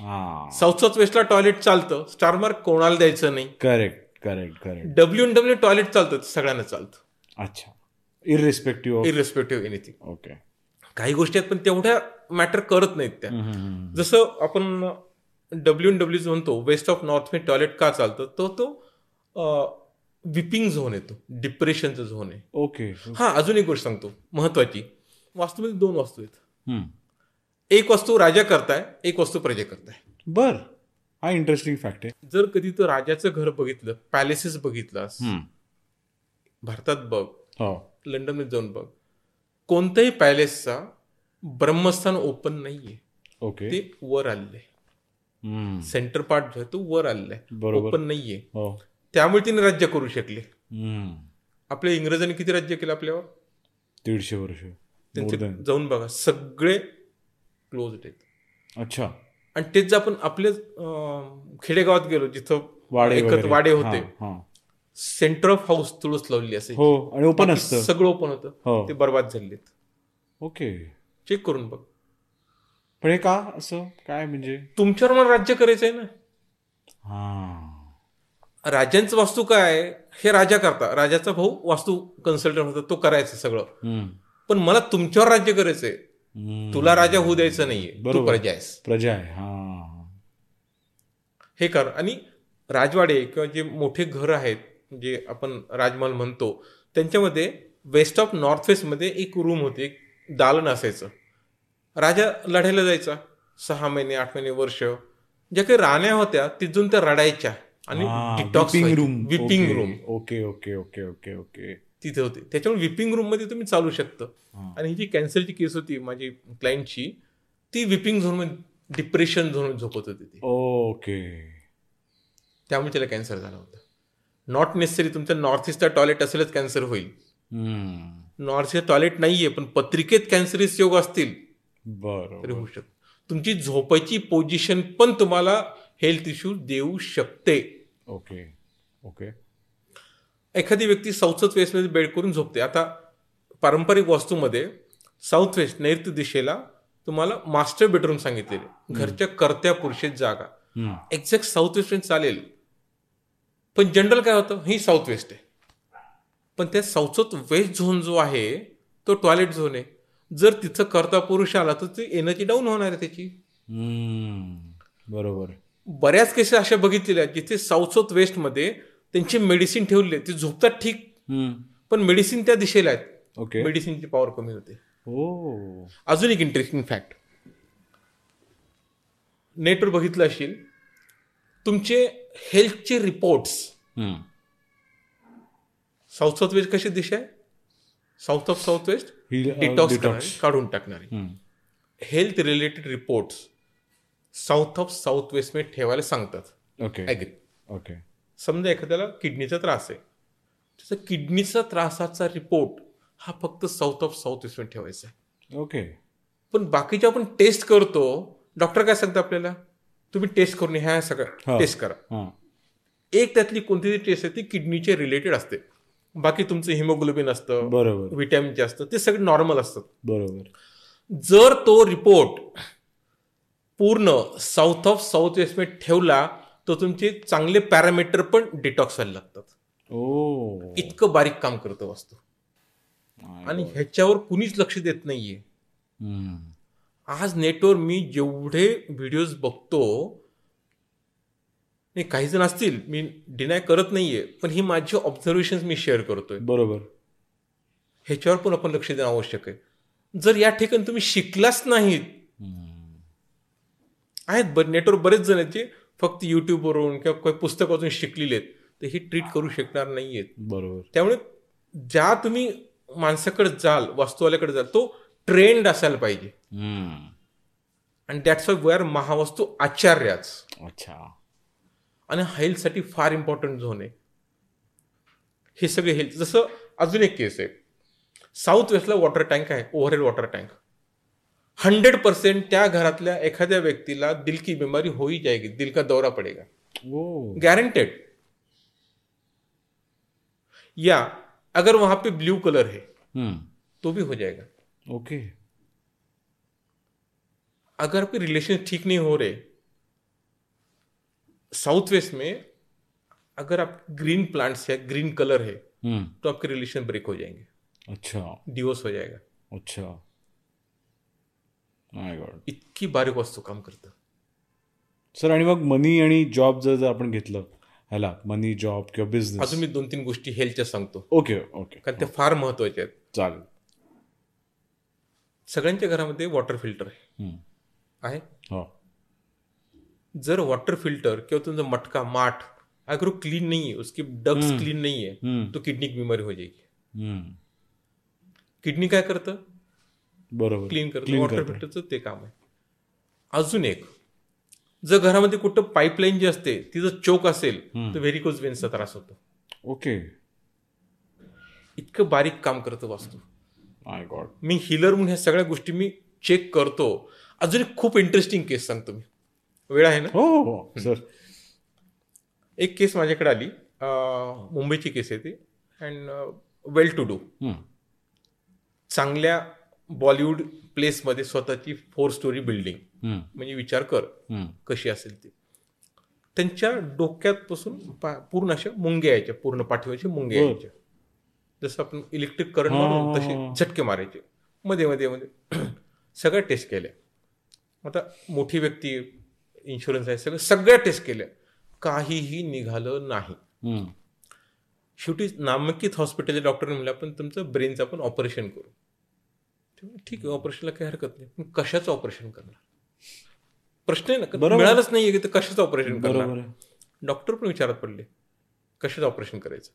B: हा
C: साऊथ साऊथ वेस्टला टॉयलेट चालतं स्टार मार्क कोणाला द्यायचं नाही
B: correct correct correct
C: W N W toilet चालतं ते सगळ्यांना चालतं
B: अच्छा irrespective of
C: irrespective anything
B: okay
C: काही गोष्टी आहेत पण तेवढ्या मॅटर करत नाहीत त्या
B: हम्म, हम्म, हम्म.
C: जसं आपण डब्ल्यू एन डब्ल्यू म्हणतो वेस्ट ऑफ नॉर्थ मे टॉयलेट का चालतं तो तो विपिंग झोन येतो डिप्रेशनचा झोन आहे
B: ओके
C: हा अजून एक गोष्ट सांगतो महत्वाची वास्तूमध्ये दोन वास्तू आहेत
B: हम्म.
C: एक वस्तू राजा करताय एक वस्तू प्रजा करताय
B: बर हा इंटरेस्टिंग फॅक्ट आहे
C: जर कधी तू राजाचं घर बघितलं पॅलेसेस बघितलास
B: हम्म.
C: भारतात बघ
B: हो
C: लंडनमध्ये जाऊन बघ कोणत्याही पॅलेसचा ब्रह्मस्थान ओपन नाहीये
B: ओके
C: ते वर आले
B: हम्म.
C: सेंटर पार्ट जो आहे तो वर आलाय
B: बरोबर
C: ओपन नाहीये
B: हो
C: त्यामुळे तिने राज्य करू शकले
B: हम्म.
C: आपल्या इंग्रजांनी किती राज्य केलं आपल्यावर
B: दीडशे वर्ष More than.
C: त्यांचे जाऊन बघा सगळे क्लोज आहेत
B: अच्छा
C: आणि तेच जर आपण आपले अं, खेडेगावात गेलो जिथं
B: वाडे
C: एकत्र
B: वगैरे.
C: वाडे होते.
B: हा, हा.
C: सेंटर ऑफ हाऊस तुळस लावलेली असेल
B: हो आणि ओपन
C: बाकी
B: असतं
C: सगळं ओपन होतं
B: हो
C: ते बर्बाद झालेत
B: ओके
C: चेक करून बघ
B: पण हे का असं काय म्हणजे
C: तुमच्यावर मला राज्य करायचं आहे ना
B: हा
C: राजांचं वास्तू काय आहे? हे राजा करता राजाचा भाऊ वास्तू कन्सल्टंट होता तो करायचं सगळं
B: हम्म.
C: पण मला तुमच्यावर राज्य करायचं आहे
B: हम्म.
C: तुला राजा होऊ द्यायचं नाहीये तू
B: बरोबर.
C: प्रजा आहेस
B: प्रजा आहे हा
C: हे कर आणि राजवाडे किंवा जे मोठे घर आहेत जे आपण राजमहल म्हणतो त्यांच्यामध्ये वेस्ट ऑफ नॉर्थ वेस्टमध्ये एक रूम होती एक दालन असायचं राजा लढायला जायचा सहा महिने आठ महिने वर्ष ज्या काही राण्या होत्या तिथून त्या रडायच्या आणि detox
B: weeping room
C: weeping room
B: okay okay okay okay okay
C: तिथे होते त्याच्यामुळे विपिंग रूम मध्ये तुम्ही चालू शकतं
B: हा.
C: आणि ही जी कॅन्सरची केस होती माझी क्लायंटची ती विपिंग झोन मध्ये डिप्रेशन झोन झोपत होती ती
B: ओके
C: त्यामुळे त्याला कॅन्सर झाला होता नॉट नेसेसरी तुमच्या नॉर्थ ईस्टचा टॉयलेट असेलच कॅन्सर होईल
B: हम्म.
C: नॉर्थ ईस्ट टॉयलेट नाहीये पण पत्रिकेत कॅन्सरीस योग असतील तरी
B: बरोबर
C: होऊ शकतो तुमची झोपायची पोझिशन पण तुम्हाला हेल्थ इश्यू देऊ शकते
B: ओके ओके
C: एखादी व्यक्ती साऊथ वेस्टमध्ये बेड करून झोपते आता पारंपरिक वास्तूमध्ये साऊथ वेस्ट नैऋत्य दिशेला तुम्हाला मास्टर बेडरूम सांगितलेले घरच्या कर्त्या पुरुषेत जागा
B: हम्म.
C: एक्झॅक्ट साऊथ वेस्टर्न चालेल पण जनरल काय होतं ही साऊथ वेस्ट आहे पण त्या साऊथ वेस्ट झोन जो आहे तो टॉयलेट झोन आहे जर तिथं करता पुरुष आला तर ती एनर्जी डाऊन होणार आहे त्याची
B: हम्म. बरोबर
C: बऱ्याच केसेस अशा बघितलेल्या आहेत जिथे साऊथ साऊथ वेस्टमध्ये त्यांची मेडिसिन ठेवले ते झोपतात ठीक
B: हम्म.
C: पण मेडिसिन त्या दिशेला आहेत
B: ओके
C: मेडिसिनची पॉवर कमी होते
B: ओ Oh.
C: अजून एक इंटरेस्टिंग फॅक्ट नेटवर बघितलं असेल तुमचे हेल्थचे रिपोर्ट्स
B: हम्म.
C: साऊथ साऊथ वेस्ट कशी दिशा आहे साऊथ ऑफ साऊथ वेस्ट
B: ही, अ,
C: डिटॉक्स
B: uh, detox.
C: करणारी काढून टाकणारी
B: हम्म.
C: Health related reports south of south west मध्ये ठेवायला सांगतात
B: ओके
C: ॲग्री
B: ओके
C: समजा एखाद्याला किडनीचा त्रास आहे त्याचा किडनीचा त्रासाचा रिपोर्ट हा फक्त साऊथ ऑफ साऊथ वेस्ट मध्ये ठेवायचा आहे
B: ओके
C: पण बाकीचे आपण टेस्ट करतो डॉक्टर काय सांगतो आपल्याला तुम्ही टेस्ट करून ह्या
B: हा.
C: सगळं टेस्ट करा
B: हा
C: एक त्यातली कोणती टेस्ट आहे ती किडनीचे रिलेटेड असते बाकी तुमचं हिमोग्लोबिन असतं
B: बरोबर
C: व्हिटॅमिन जे असतं ते सगळे नॉर्मल असतात
B: बरोबर
C: जर तो रिपोर्ट पूर्ण साऊथ ऑफ साऊथ वेस्ट मध्ये ठेवला तर तुमचे चांगले पॅरामीटर पण डिटॉक्स व्हायला
B: हो.
C: लागतात
B: ओ
C: इतकं बारीक काम करतो वस्तू
B: Oh. My
C: आणि
B: God.
C: ह्याच्यावर कुणीच लक्ष देत नाहीये
B: हम्म.
C: आज नेटवर मी जेवढे व्हिडिओज बघतो नाही काही जण असतील मी डिनाय करत नाहीये पण ही माझे ऑब्झर्वेशन मी शेअर करतोय
B: बरोबर
C: ह्याच्यावर पण आपण लक्ष देणं आवश्यक आहे जर या ठिकाणी तुम्ही शिकलाच नाहीत
B: हम्म.
C: आहेत बर नेटवर बरेच जण आहेत जे फक्त युट्यूबवरून किंवा काही पुस्तक वाचून शिकलेले आहेत तर हे ट्रीट करू शकणार नाही आहेत
B: बरोबर
C: त्यामुळे ज्या तुम्ही माणसाकडे जाल वास्तूवाल्याकडे जाल तो ट्रेंड असायला पाहिजे
B: हम्म.
C: आणि that's why we are Mahavastu आचार्याच
B: अच्छा
C: आणि हेल्थसाठी फार इम्पॉर्टंट झोन आहे हे सगळे हेल्थ जसं अजून एक केस आहे साऊथ वेस्टला वॉटर टँक आहे overhead water tank hundred percent त्या घरातल्या एखाद्या व्यक्तीला दिल की बिमारी होई जाएगी दिल का दौरा पडेगा
B: ओ
C: गारंटेड या अगर वहां पे ब्लू कलर है
B: हम्म.
C: तो भी हो जाएगा
B: ओके
C: अगर आपके रिलेशन ठीक नहीं हो रहे साउथ वेस्ट में अगर आप ग्रीन प्लांट्स है ग्रीन कलर है
B: हम्म.
C: तो आपके रिलेशन ब्रेक हो जाएंगे
B: अच्छा
C: डिवोर्स हो जाएगा
B: अच्छा Oh माय गॉड
C: इतकी बारीक वस्तू काम करतं
B: सर आणि मग मनी आणि जॉब जर जर आपण घेतलं ह्याला मनी जॉब किंवा बिझनेस
C: अजून मी दोन तीन गोष्टी हेल्थच्या सांगतो
B: ओके ओके
C: कारण त्या फार महत्वाच्या आहेत
B: चालेल
C: सगळ्यांच्या घरामध्ये वॉटर फिल्टर
B: हम्म.
C: आहे
B: हो
C: जर वाटर फिल्टर किंवा तुमचा मटका माठ अगर वो क्लीन नहीं है उसकी डक्स
B: हम्म.
C: क्लीन नहीं है
B: हम्म,
C: तो किडनी की बीमारी हो जाएगी
B: हम्म.
C: किडनी काय करतं
B: बरोबर
C: क्लीन करतं
B: Clean
C: वॉटर
B: करतं.
C: फिल्टरचं ते काम आहे अजून एक जर घरामध्ये कुठं पाईपलाईन जी असते ती जर चोक असेल
B: हम्म.
C: तर व्हेरिकोज वेन्सचा त्रास होतो
B: ओके
C: इतकं बारीक काम करतं वास्तू
B: माय गॉड
C: मी हिलर म्हणून ह्या सगळ्या गोष्टी मी चेक करतो अजून एक खूप इंटरेस्टिंग केस सांगतो मी वेळ आहे ना
B: हो हो, हो सर
C: एक केस माझ्याकडे आली अं, मुंबईची केस आहे ती अँड वेल टू डू
B: हम्म,
C: चांगल्या बॉलिवूड प्लेसमध्ये स्वतःची फोर स्टोरी बिल्डिंग
B: हम्म,
C: म्हणजे विचार कर
B: हम्म.
C: कशी असेल ती त्यांच्या डोक्यातपासून पा- पूर्ण अशा मुंग्या यायच्या पूर्ण पाठीवरच्या मुंग्या
B: बर.
C: यायच्या जसं आपण इलेक्ट्रिक
B: हा, हा,
C: करंट
B: हा, हा.
C: तसे झटके मारायचे मध्ये मध्ये मध्ये सगळ्या टेस्ट केल्या आता मोठी व्यक्ती इन्शुरन्स आहे सगळं सगळ्या टेस्ट केल्या काहीही निघालं नाही
B: हम्म,
C: शेवटी नामांकित हॉस्पिटलच्या डॉक्टरने म्हणलं आपण तुमचं ब्रेनचं आपण ऑपरेशन करू ते म्हणले, ठीक आहे ऑपरेशनला काही हरकत नाही पण कशाचं ऑपरेशन करणार प्रश्न आहे ना कारण
B: बरोबर.
C: मिळालंच नाही की ते कशाचं ऑपरेशन करणार
B: बरोबर आहे.
C: डॉक्टर पण विचारात पडले कशाचं ऑपरेशन करायचं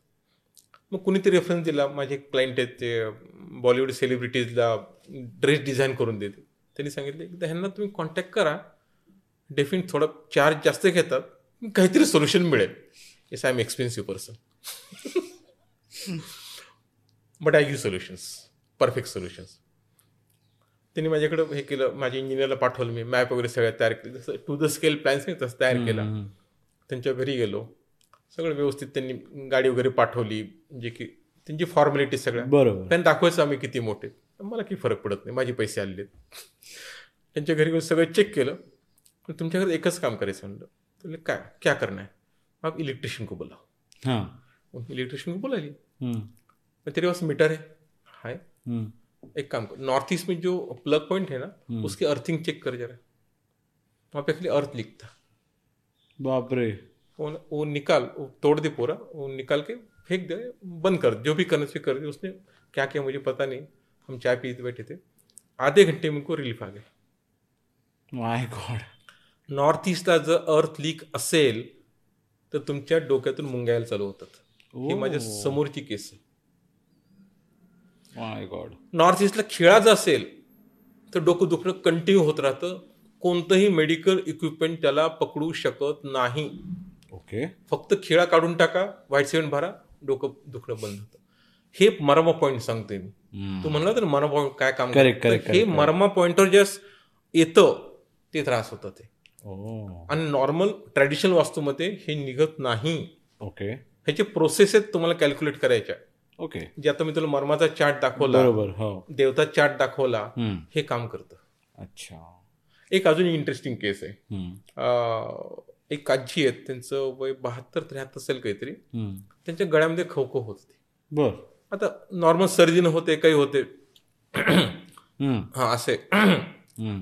C: मग कुणीतरी रेफरन्स दिला माझे एक क्लायंट आहेत ते बॉलिवूड सेलिब्रिटीजला ड्रेस डिझाईन करून देते त्यांनी सांगितले एकदा ह्यांना तुम्ही कॉन्टॅक्ट करा डेफिनेट थोडा चार्ज जास्त घेतात पण काहीतरी सोल्युशन मिळेल yes I am expensive person but I you solutions perfect solutions त्यांनी माझ्याकडं हे केलं माझ्या इंजिनियरला पाठवलं मी मॅप वगैरे सगळ्या तयार केली जसं टू द स्केल प्लॅन्स नाही तसं तयार केला
B: हम्म,
C: त्यांच्या घरी गेलो सगळं व्यवस्थित त्यांनी गाडी वगैरे पाठवली जे की त्यांची फॉर्मॅलिटी सगळ्या
B: बरोबर
C: कारण दाखवायचं आम्ही किती मोठे मला काही फरक पडत नाही माझे पैसे आलेले त्यांच्या घरी घेऊन सगळं चेक केलं पण तुमच्याकडे एकच काम करायचं म्हणलं तुला काय क्या करणार आहे मग इलेक्ट्रिशियन को बोलाव
B: हा
C: इलेक्ट्रिशियन को बोलाली
B: हम्म,
C: मग तेरे पास मीटर है हाय
B: हम्म,
C: एक काम कर नॉर्थ ईस्ट में जो प्लग पॉइंट है ना
B: हम्म.
C: उसकी अर्थिंग चेक कर जरा वहाँ पे खाली अर्थ लिखता
B: बापरे
C: वो वो निकाल वो तोड़ दे पूरा वो निकाल के फेंक दे बंद कर जो भी करना चाहिए कर दे उसने क्या किया मुझे पता नहीं हम चाय पीते बैठे थे आधे घंटे में उनको रिलीफ आ गया
B: माय गॉड
C: नॉर्थ ईस्टला जर अर्थ लीक असेल तर तुमच्या डोक्यातून मुंगायला चालू होतात ही माझ्या समोरची केस आहे
B: माय गॉड
C: नॉर्थ ईस्टला खेळाचं असेल तर डोकं दुखणं कंटिन्यू होत राहतं कोणतंही मेडिकल इक्विपमेंट त्याला पकडू शकत नाही
B: ओके
C: फक्त खिळा काढून टाका व्हाईट सिमेंट भरा डोकं दुखणं बंद होतं हे मरमा पॉईंट सांगतोय मी तू
B: Hmm.
C: म्हणला तर मरमा पॉईंट काय काम
B: Correct,
C: करतं?
B: correct,
C: तर हे
B: correct, correct.
C: मरमा पॉईंटवर जे येतं ते त्रास होतं ते
B: ओ
C: आणि नॉर्मल ट्रॅडिशनल वास्तूमध्ये हे निघत नाही
B: ओके
C: ह्याचे प्रोसेस आहेत तुम्हाला कॅल्क्युलेट करायच्या
B: ओके
C: जे आता मी तुला मर्माचा चार्ट दाखवला
B: बरोबर हो
C: देवता चार्ट दाखवला
B: हम्म,
C: हे काम करतं
B: अच्छा
C: एक अजून इंटरेस्टिंग केस आहे
B: हम्म,
C: अं, एक आजी आहेत त्यांचं वय बहात्तर त्र्याहत्तर असेल काहीतरी
B: हम्म.
C: त्यांच्या गळ्यामध्ये खवखव होत होती
B: बर
C: आता नॉर्मल सर्दी न होते काही होते
B: हम्म,
C: हा असे
B: हम्म,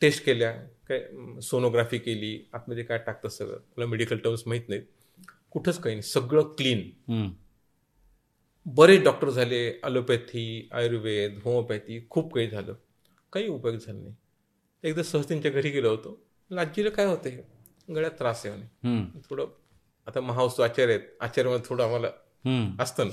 C: टेस्ट केल्या काय सोनोग्राफी केली आतमध्ये काय टाकतं सगळं मला मेडिकल टर्म्स माहीत नाहीत कुठंच काही नाही सगळं क्लीन
B: हम्म,
C: बरेच डॉक्टर झाले अलोपॅथी आयुर्वेद होमोपॅथी खूप काही झालं काही उपयोग झाला नाही एकदा सहज त्यांच्या घरी गेलो होतो लाजीला काय होतं हे गळ्यात त्रास आहे म्हणे
B: हम्म,
C: थोडं आता महावस्तू आचार्य आहेत आचार्यमध्ये थोडं आम्हाला
B: हम्म.
C: असतं ना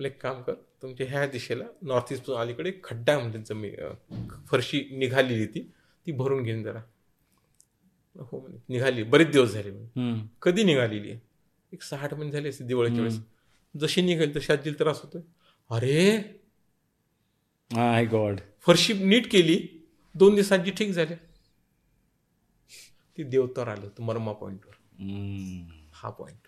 C: म्हणलं, एक काम कर तुमच्या ह्या दिशेला नॉर्थ ईस्ट अलीकडे एक खड्डा आहे म्हणजे जमी अं, फरशी निघालेली ती ती भरून घेईन जरा हो म्हणे निघाली बरेच दिवस झाले म्हणे
B: हम्म,
C: कधी निघालेली आहे एक सहा आठ महिने झाले असते दिवाळीच्या वेळेस जशी निघेल तशी आजीला त्रास होतोय अरे
B: माय गॉड
C: फरशी नीट केली दोन दिवसात जी ठीक झाल्या ती देवतावर आलं होतं मर्मा पॉईंटवर
B: हम्म,
C: हा पॉइंट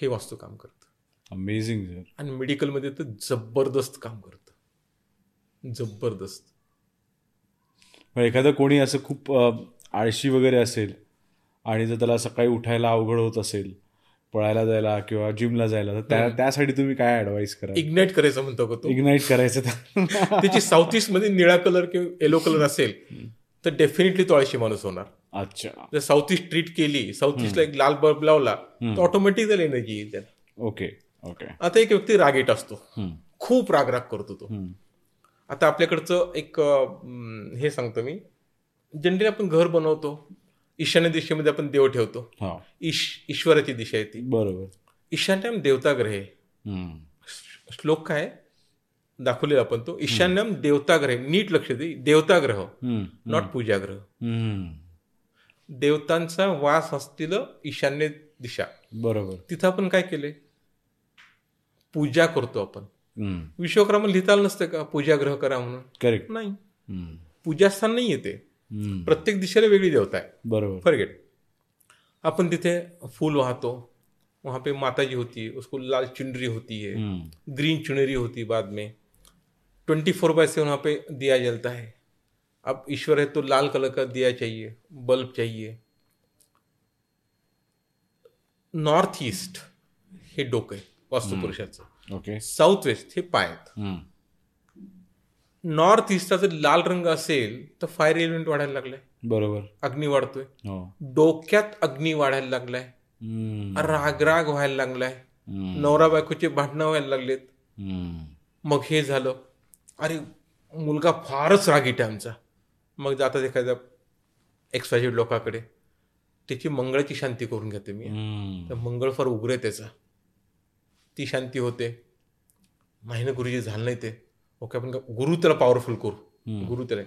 C: हे वास्तू काम करतं
B: अमेझिंग सर
C: आणि मेडिकलमध्ये तर जबरदस्त काम करतं जबरदस्त
B: मग एखादं कोणी असं खूप अ, आळशी वगैरे असेल आणि जर त्याला सकाळी उठायला अवघड होत असेल पळायला जायला किंवा जिमला जायला तर त्या- त्यासाठी तुम्ही काय ऍडवाइस करा
C: इग्नाइट करायचं म्हणतो का तो
B: इग्नाईट करायचं तर-
C: त्याची साऊथ ईस्ट मध्ये निळा कलर किंवा येलो कलर असेल तर डेफिनेटली तो आळशी माणूस होणार
B: अच्छा
C: जर साऊथ ईस्ट ट्रीट केली साऊथ ईस्टला एक लाल बल्ब लावला
B: हम्म.
C: तर ऑटोमॅटिक त्याला एनर्जी येईल त्याला
B: ओके ओके
C: आता एक व्यक्ती रागीट असतो
B: हम्म,
C: खूप राग राग करतो तो
B: हम्म,
C: आता आपल्याकडचं एक अं, हे सांगतो मी जनरली आपण घर बनवतो ईशान्य दिशेमध्ये आपण देव ठेवतो
B: हा
C: ईश ईश्वराची दिशा आहे ती
B: बरोबर
C: ईशान्यम देवताग्रहे
B: हम्म.
C: श्लोक काय दाखवलेला आपण तो ईशान्यम देवताग्रहे नीट लक्ष दे देवताग्रह
B: हम्म.
C: नॉट पूजाग्रह
B: हम्म.
C: देवतांचा वास असतील ईशान्य दिशा
B: बरोबर
C: तिथं आपण काय केले पूजा करतो आपण
B: हम्म.
C: विश्वकर्मा लिहिताला नसतं का पूजाग्रह करा म्हणून
B: करेक्ट
C: नाही
B: हम्म.
C: पूजास्थान नाही येते
B: हम्म.
C: प्रत्येक दिशेला वेगळी देवता आहे
B: बरोबर
C: फॉरगेट आपण तिथे फूल वाहतो वहाँ पे माता जी होती है उसको लाल चुनरी होती है
B: हम्म.
C: ग्रीन चुनरी होती है बाद में ट्वेंटी फोर बाय सेवन वहाँ पे दिया जलता है अब ईश्वर है तो लाल कलर का दिया चाहिए बल्ब चाहिए नॉर्थ ईस्ट हे डोकं आहे वास्तुपुरुषाचं
B: ओके
C: साऊथ वेस्ट हे पाय आहेत
B: हम्म.
C: नॉर्थ ईस्टचा जर लाल रंग असेल तर फायर एलिमेंट वाढायला लागलाय
B: बरोबर
C: अग्नी वाढतोय
B: हो
C: डोक्यात अग्नी वाढायला लागलाय
B: हम्म.
C: रागराग व्हायला लागलाय
B: हम्म.
C: नवरा बायकोचे भांडणं व्हायला लागलेत
B: हम्म.
C: मग हे झालं अरे मुलगा फारच रागीट आहे आमचा मग जातात एखाद्या एक्सपायजेड लोकाकडे त्याची मंगळाची शांती करून घेते मी तर
B: हम्म.
C: मंगळ फार उग्र आहे त्याचा ती शांती होते माहिनं गुरुजी झालं नाही ते ओके आपण का- गुरु त्याला पॉवरफुल करू
B: हम्म.
C: गुरु त्याला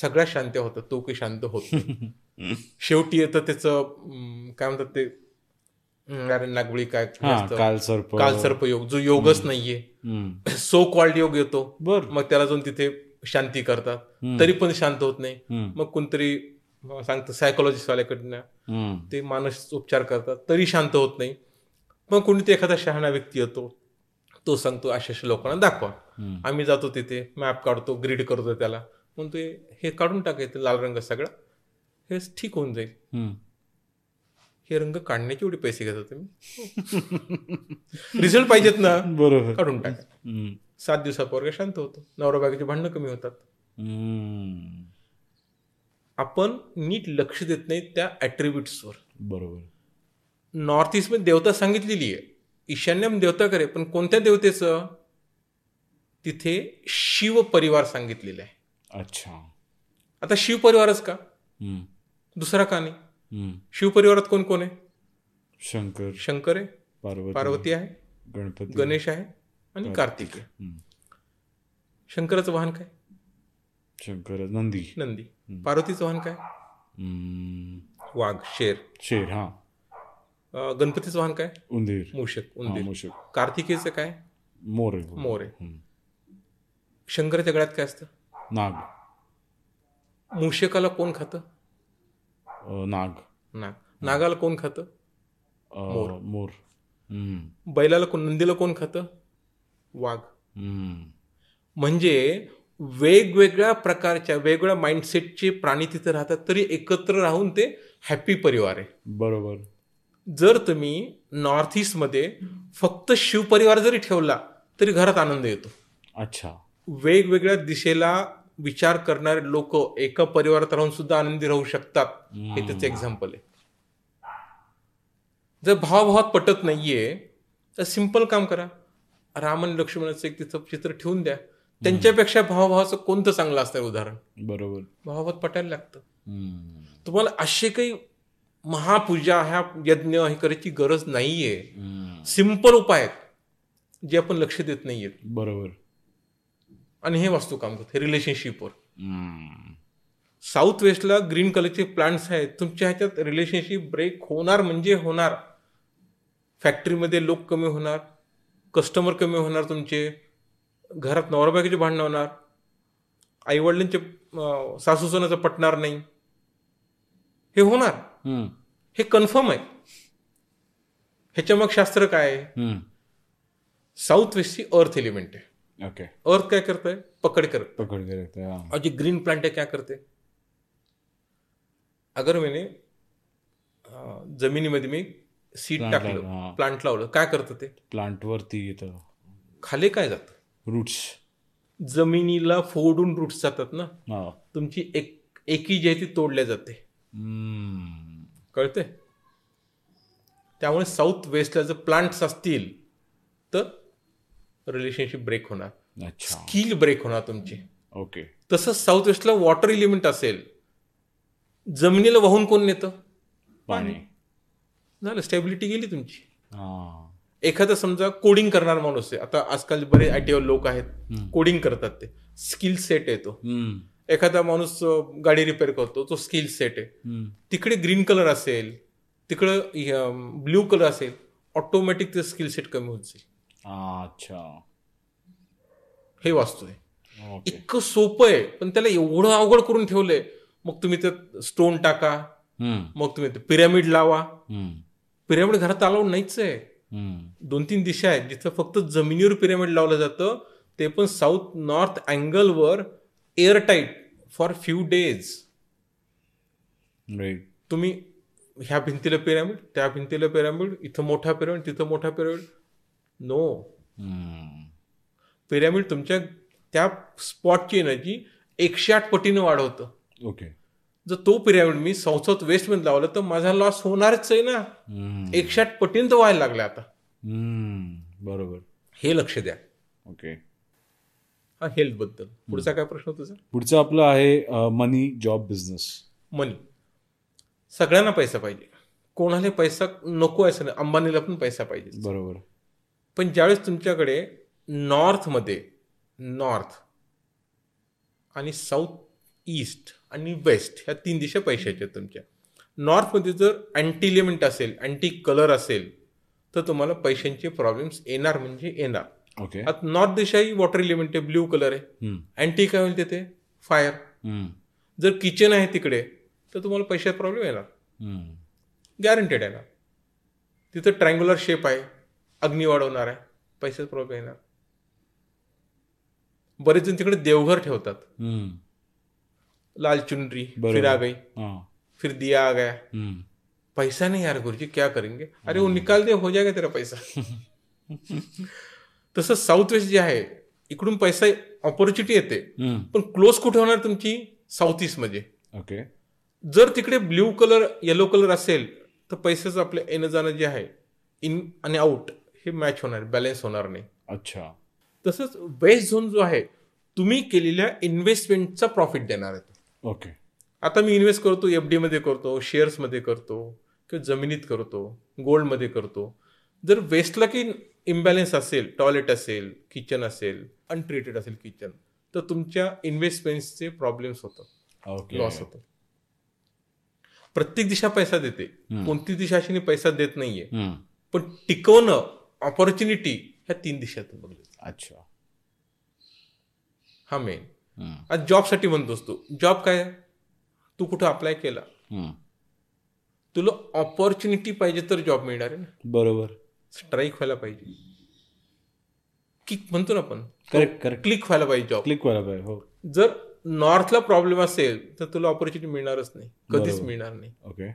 C: सगळ्या शांत्या होतात तो काही शांत होत नाही. शेवटी येतं त्याचं अं, काय म्हणतात ते अं, अरे नागवळी काय
B: हा
C: असतं?
B: हाँ, काल सर्प
C: कालसर्प योग जो योगच नाहीये
B: हम्म.
C: सो कॉल्ड योग येतो
B: बर
C: मग त्याला जाऊन तिथे शांती करतात
B: हम्म.
C: तरी पण शांत होत नाही
B: हम्म.
C: मग कोणतरी अं, सांगतं सायकोलॉजिस्ट वाल्याकडनं
B: हम्म.
C: ते मानस उपचार करतात तरी शांत होत नाही मग कोणीतरी एखादा शहाणा व्यक्ती येतो तो सांगतो अशा अशा लोकांना दाखवा
B: हम्म.
C: आम्ही जातो तिथे मॅप काढतो ग्रीड करतो त्याला म्हणतो हे- हे काढून टाकायचं लाल रंग सगळा हे ठीक होऊन जाईल
B: हम्म.
C: हे रंग काढण्याचे एवढे पैसे घेतात तुम्ही रिझल्ट पाहिजेत ना
B: बरोबर
C: काढून टाका
B: हम्म.
C: सात दिवसात पोरगा शांत होतो नवरा बायकोचे भांडणं कमी होतात
B: हम्म.
C: आपण नीट लक्ष देत नाही त्या ॲट्रिब्युट्सवर
B: बरोबर
C: नॉर्थ ईस्टमध्ये देवता सांगितलेली आहे ईशान्यम देवता करे पण कोणत्या देवतेचं तिथे शिव परिवार सांगितलेलं आहे
B: अच्छा
C: आता शिव परिवारच का
B: हम्म.
C: दुसरा का नाही
B: हम्म.
C: शिवपरिवारात कोण कोण आहे
B: शंकर
C: शंकर आहे
B: पार्वती
C: पार्वती आहे
B: गणपती
C: गणेश आहे आणि कार्तिक आहे
B: हम्म.
C: शंकराचं वाहन काय
B: शंकर नंदी
C: नंदी पार्वतीचं वाहन काय
B: हम्म.
C: वाघ शेर
B: शेर हा
C: अं, गणपतीचं वाहन काय
B: उंदीर हाँ,
C: मूषक
B: हा,
C: उंदीर
B: मूषक
C: कार्तिकेचं काय
B: मोर आहे बघ.
C: मोर आहे.
B: हम्म.
C: शंकराच्या गळ्यात काय असतं
B: नाग
C: मूषकाला कोण खातं
B: अ, नाग
C: नाग नागाला कोण खातं
B: अ,
C: मोर.
B: मोर हम्म.
C: बैलाला कोण नंदीला कोण खातं वाघ
B: हम्म.
C: म्हणजे वेगवेगळ्या प्रकारच्या वेगवेगळ्या माइंडसेटचे प्राणी तिथे राहतात तरी एकत्र राहून ते हॅपी परिवार आहे
B: बरोबर
C: जर तुम्ही नॉर्थ ईस्टमध्ये फक्त शिवपरिवार जरी ठेवला तरी घरात आनंद येतो
B: अच्छा
C: वेगवेगळ्या दिशेला विचार करणारे लोक एका परिवारात राहून सुद्धा आनंदी राहू शकतात हे
B: हम्म,
C: त्याचं एक्झाम्पल आहे जर भावाभावात पटत नाहीये तर सिंपल काम करा राम आणि लक्ष्मणाचं एक तिथं चित्र ठेवून द्या त्यांच्यापेक्षा भावाभावाचं कोणतं चांगलं असणार उदाहरण
B: बरोबर
C: भावाभावात पटायला लागतं
B: हम्म.
C: तुम्हाला असे काही महापूजा ह्या यज्ञ हे करायची गरज नाहीये
B: हम्म.
C: सिंपल उपाय आहेत जे आपण लक्ष देत नाहीये
B: बरोबर
C: आणि हे वास्तू काम करते रिलेशनशिपवर
B: हम्म.
C: साऊथ वेस्टला ग्रीन कलरचे प्लांट्स आहेत तुमच्या ह्याच्यात रिलेशनशिप ब्रेक होणार म्हणजे होणार फॅक्टरीमध्ये लोक कमी होणार कस्टमर कमी होणार तुमचे घरात नवरा बायकोचे भांडणं होणार आईवडिलांचे अं, सासू सणाचं पटणार नाही हे होणार
B: हम्म.
C: हे कन्फर्म आहे ह्याच्या मग शास्त्र काय आहे
B: हम्म.
C: साऊथ वेस्टची अर्थ एलिमेंट आहे
B: ओके
C: अर्थ काय करतंय पकड करत
B: पकड़ के रखते हैं हाँ.
C: और जो ग्रीन प्लांट है क्या करते अगर मैंने अं, जमिनीमध्ये मी सीड
B: Plant लावलं, हा.
C: टाकलं प्लांट लावलं काय करतं ते
B: प्लांट वरती येतं
C: खाली काय जातं
B: रूट्स
C: जमिनीला फोडून रूट्स जातात ना
B: हा
C: तुमची एक एकी जी आहे ती तोडल्या जाते
B: हम्म.
C: कळते त्यामुळे साऊथ वेस्टला जर प्लांट्स असतील तर रिलेशनशिप ब्रेक होणार
B: अच्छा
C: स्किल ब्रेक होणार तुमची
B: ओके
C: तसंच साऊथ वेस्टला वॉटर इलिमेंट असेल जमिनीला वाहून कोण नेतं
B: पाणी
C: झालं स्टेबिलिटी गेली तुमची
B: हा.
C: एखादा समजा कोडिंग करणारा माणूस आहे आता आजकाल बरे आय टी लोक आहेत
B: हम्म.
C: कोडिंग करतात ते स्किल सेट येतो
B: हम्म.
C: एखादा माणूस अं, गाडी रिपेअर करतो तो स्किल सेट आहे
B: हम्म.
C: तिकडे ग्रीन कलर असेल तिकडं ब्ल्यू कलर असेल ऑटोमॅटिक ते स्किल सेट कमी होत जाईल
B: अच्छा
C: हे वास्तू आहे
B: ओके
C: इतकं सोपं आहे पण त्याला एवढं अवघड करून ठेवलंय मग तुम्ही त्यात स्टोन टाका
B: हम्म.
C: मग तुम्ही ते पिरॅमिड लावा
B: हम्म.
C: पिरॅमिड घरात अलाउड नाहीच आहे
B: हम्म.
C: दोन तीन दिशा आहेत जिथं फक्त जमिनीवर पिरॅमिड लावलं जातं ते पण साऊथ नॉर्थ अँगलवर airtight for few days
B: Right.
C: तुम्ही ह्या भिंतीला पिरॅमिड त्या भिंतीला पिरॅमिड इथं मोठा पिरॅमिड तिथं मोठा पिरॅमिड नो
B: हम्म.
C: पिरॅमिड तुमच्या त्या स्पॉटची एनर्जी एकशे आठ पटीनं वाढवतं
B: ओके
C: जर तो पिरॅमिड मी साऊथ साऊथ वेस्टमध्ये लावलं तर माझा लॉस होणारच आहे ना
B: हम्म.
C: एकशे आठ पटीनं तर व्हायला लागला आता
B: हम्म. बरोबर
C: हे लक्ष द्या
B: ओके
C: हा हेल्थ बद्दल पुढचा काय प्रश्न तुझा
B: पुढचं आपलं आहे मनी जॉब बिझनेस
C: मनी सगळ्यांना पैसा पाहिजे कोणाला पैसा नको आहे असं नाही अंबानीला पण पैसा पाहिजे
B: बरोबर
C: पण ज्यावेळेस तुमच्याकडे नॉर्थमध्ये नॉर्थ आणि साऊथ ईस्ट आणि वेस्ट ह्या तीन दिशा पैशाच्या आहेत तुमच्या नॉर्थमध्ये जर अँटी लिमेंट असेल अँटी कलर असेल तर तुम्हाला पैशांचे प्रॉब्लेम्स येणार म्हणजे येणार
B: ओके
C: आता नॉर्थ दिशा ही वॉटर इलिमेंट आहे ब्ल्यू कलर आहे
B: हम्म.
C: अँटी काय म्हणते ते फायर
B: हम्म.
C: जर किचन आहे तिकडे तर तुम्हाला पैशात प्रॉब्लेम येणार
B: हम्म.
C: गॅरंटेड येणार तिथं ट्रँग्युलर शेप आहे अग्नी वाढवणार आहे पैशात प्रॉब्लेम येणार बरेच जण तिकडे देवघर ठेवतात
B: हम्म.
C: लाल चुनरी
B: बरोबर.
C: फिर आ गई
B: हा.
C: फिर दिया आ गया
B: हम्म.
C: पैसा नहीं यार गुरुजी क्या करेंगे अरे वो निकाल दे हो जाएगा तेरा पैसा तसं साऊथ वेस्ट जे आहे इकडून पैसा ऑपॉर्च्युनिटी येते
B: हम्म.
C: पण क्लोज कुठे होणार तुमची साऊथ ईस्ट मध्ये
B: ओके
C: जर तिकडे ब्ल्यू कलर येलो कलर असेल तर पैशाचं आपलं येणं जाणं जे आहे इन आणि आउट हे मॅच होणार बॅलन्स होणार नाही
B: अच्छा
C: तसंच वेस्ट झोन जो आहे तुम्ही केलेल्या इन्व्हेस्टमेंटचा प्रॉफिट देणार आहे
B: ओके
C: आता मी इन्व्हेस्ट करतो एफ डीमध्ये करतो शेअर्समध्ये करतो किंवा जमिनीत करतो गोल्डमध्ये करतो जर वेस्टला की इम्बॅलेन्स असेल टॉयलेट असेल किचन असेल अनट्रीटेड असेल किचन तर तुमच्या इन्व्हेस्टमेंट्सचे प्रॉब्लेम्स होतात
B: ओके
C: लॉस होतो प्रत्येक दिशा पैसा देते कोणती दिशा अशी नाही पैसा देत नाहीये
B: हम्म.
C: पण टिकवणं ऑपॉर्च्युनिटी ह्या तीन दिशातून बघले
B: अच्छा
C: हा मेन
B: हम्म.
C: आज जॉबसाठी म्हणतोस तू जॉब काय आहे? तू कुठं अप्लाय केला
B: हम्म.
C: तुला ऑपॉर्च्युनिटी पाहिजे तर जॉब मिळणार आहे ना
B: बरोबर
C: स्ट्राईक व्हायला पाहिजे किक म्हणतो ना आपण
B: करेक्ट करेक्ट
C: क्लिक व्हायला पाहिजे जॉब
B: क्लिक व्हायला पाहिजे हो
C: जर नॉर्थला प्रॉब्लेम असेल तर तुला ऑपॉर्च्युनिटी मिळणारच नाही कधीच
B: बरोबर.
C: मिळणार नाही
B: ओके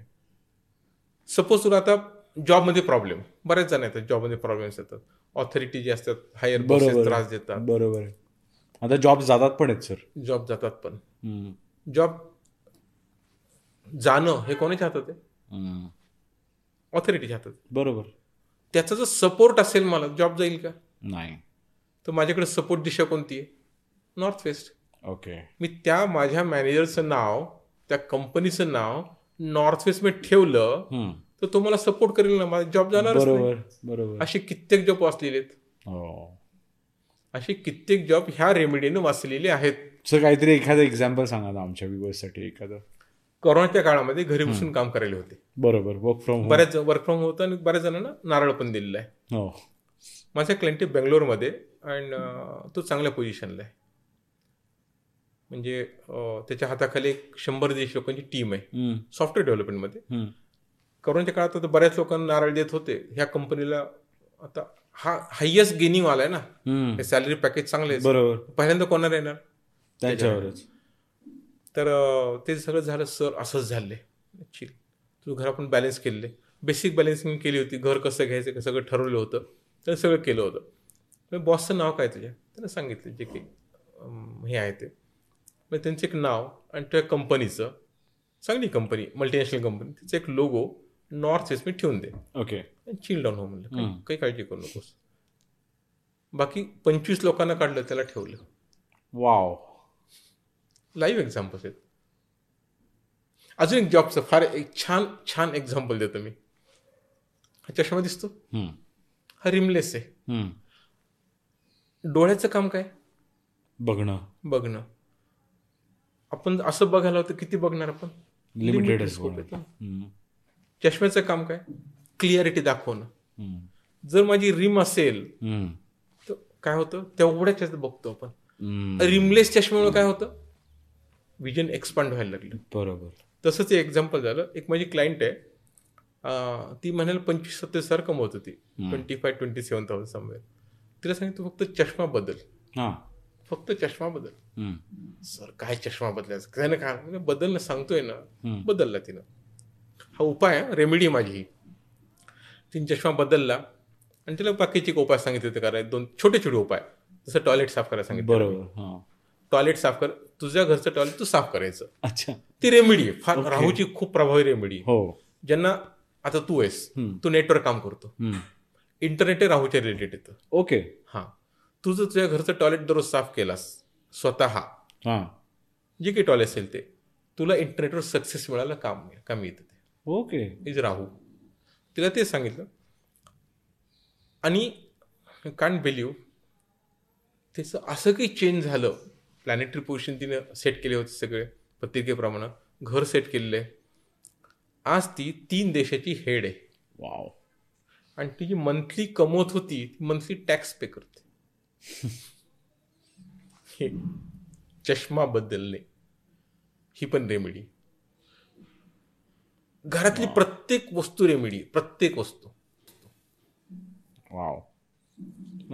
C: सपोज तुला आता जॉबमध्ये प्रॉब्लेम बऱ्याच जण येतात जॉबमध्ये प्रॉब्लेम्स येतात ऑथॉरिटी जे असतात हायर बॉसेस
B: बरोबर.
C: त्रास देतात
B: बरोबर आहे. आता जॉब जातात पण आहेत सर
C: जॉब जातात पण
B: हम्म.
C: जॉब जाणं हे कोणाच्या हातात आहे
B: हम्म.
C: ऑथॉरिटीच्या हातात आहे.
B: बरोबर
C: त्याचा जर सपोर्ट असेल मला जॉब जाईल का
B: नाही
C: तर माझ्याकडे सपोर्ट दिशा कोणती आहे नॉर्थ वेस्ट
B: ओके
C: मी त्या माझ्या मॅनेजरचं नाव त्या कंपनीचं नाव नॉर्थ वेस्टमध्ये ठेवलं
B: हम्म.
C: तर तो मला सपोर्ट करेल ना माझा जॉब जाणारच नाही
B: बरोबर बरोबर
C: असे कित्येक जॉब वाचलेले आहेत
B: हो
C: असे कित्येक जॉब ह्या रेमेडीनं वाचलेले आहेत
B: सर काहीतरी एखादं एक्झाम्पल सांगा ना आमच्या व्ह्युअर्ससाठी एखादं
C: कोरोनाच्या काळामध्ये घरी बसून काम करायला होते
B: बरोबर वर्क फ्रॉम होम
C: बऱ्याच वर्क फ्रॉम होतं आणि बऱ्याच जणांना नारळ पण दिलेला आहे
B: हो
C: माझा क्लायंट आहे बेंगलोरमध्ये अँड तो चांगल्या पोझिशनला आहे म्हणजे अं, त्याच्या हाताखाली एक शंभर देश लोकांची टीम आहे
B: हम्म.
C: सॉफ्टवेअर डेव्हलपमेंटमध्ये
B: हम्म.
C: कोरोनाच्या काळात आता बऱ्याच लोकांना नारळ देत होते ह्या कंपनीला आता हा हायएस्ट गेनिंगवाला आहे ना
B: हम्म.
C: सॅलरी पॅकेज चांगले आहे.
B: बरोबर
C: पहिल्यांदा कोणाला येणार
B: त्याच्यावरच
C: तर अं, ते सगळं झालं सर असंच झालं चिल तू घर आपण बॅलन्स केलेले बेसिक बॅलन्सिंग केली होती घर कसं घ्यायचं कसं सगळं ठरवलं होतं तर सगळं केलं होतं मग बॉसचं नाव काय तुझ्या त्यानं सांगितलं जे काही अं, हे आहे ते मग त्यांचं एक नाव आणि त्या कंपनीचं चांगली कंपनी मल्टीनॅशनल कंपनी तिचं एक लोगो नॉर्थ ईस्ट मी ठेवून दे
B: ओके
C: चिल डाऊन हो म्हणलं काही-
B: हम्म.
C: काही काळजी करू नकोस बाकी पंचवीस लोकांना काढलं त्याला ठेवलं
B: वाव
C: लाईव्ह एक्झाम्पल्स आहेत अजून एक जॉबचं फार एक छान छान एक्झाम्पल देतो मी हा चष्मा दिसतो
B: हम्म,
C: हा रिमलेस आहे
B: हम्म.
C: डोळ्याचं काम काय
B: बघणं
C: बघणं आपण असं बघायला होतं किती बघणार आपण
B: लिमिटेड
C: scope आहे.
B: Mm,
C: चष्म्याचं काम काय क्लिअरिटी दाखवणं
B: हम्म
C: जर माझी रिम असेल
B: mm,
C: तर काय होतं तेवढ्याच ह्यात बघतो आपण
B: Hmm. mm,
C: रिमलेस चष्म्यामुळे काय होतं विजन एक्सपांड व्हायला लागलं
B: बरोबर
C: तसंच एक एक्झाम्पल झालं एक माझी क्लायंट आहे अं, ती म्हणाल पंचवीस सत्तावीस हजार कमवत होती
B: हम्म.
C: Twenty five twenty seven thousand somewhere तिला सांगितलं फक्त चष्मा बदल
B: Mm. हा mm,
C: फक्त चष्मा बदल
B: हम्म,
C: सर काय चष्मा बदलायचं काय ना काय म्हणजे बदल ना सांगतोय ना
B: हम्म.
C: बदलला तिनं हा उपाय रेमेडी माझी ही तिने चष्मा बदलला आणि तिला बाकीचे एक उपाय सांगितले होते करायला दोन छोटे छोटे उपाय जसं टॉयलेट साफ करायला सांगितलं
B: बरोबर हा
C: टॉयलेट साफ कर तुझ्या घरचं टॉयलेट तू साफ करायचं
B: अच्छा
C: ती रेमेडी आहे फार
B: Okay.
C: राहूची खूप प्रभावी रेमेडी आहे
B: हो Mm,
C: ज्यांना आता तू आहेस
B: हम्म,
C: तू नेटवर काम करतो
B: हम्म.
C: इंटरनेट हे राहूच्या रिलेटेड येतं
B: ओके
C: हां तू जर तुझ्या घरचं टॉयलेट दररोज साफ केलास स्वतः
B: हा
C: जे काही टॉयलेट असेल ते तुला इंटरनेटवर सक्सेस मिळायला काम काम येतं ते
B: ओके
C: इज राहू तिला ते सांगितलं आणि कान बिलीव त्याचं असं काही चेंज झालं प्लॅनेटरी पोझिशन तिनं सेट केले होते सगळे पत्रिकेप्रमाणे घर सेट केलेलं आहे आज ती तीन देशाची हेड आहे
B: वाव
C: आणि ती जी मंथली कमवत होती ती मंथली टॅक्स पे करते हे चष्मा बदलणे ही पण रेमेडी घरातली प्रत्येक वस्तू रेमेडी प्रत्येक वस्तू
B: वाव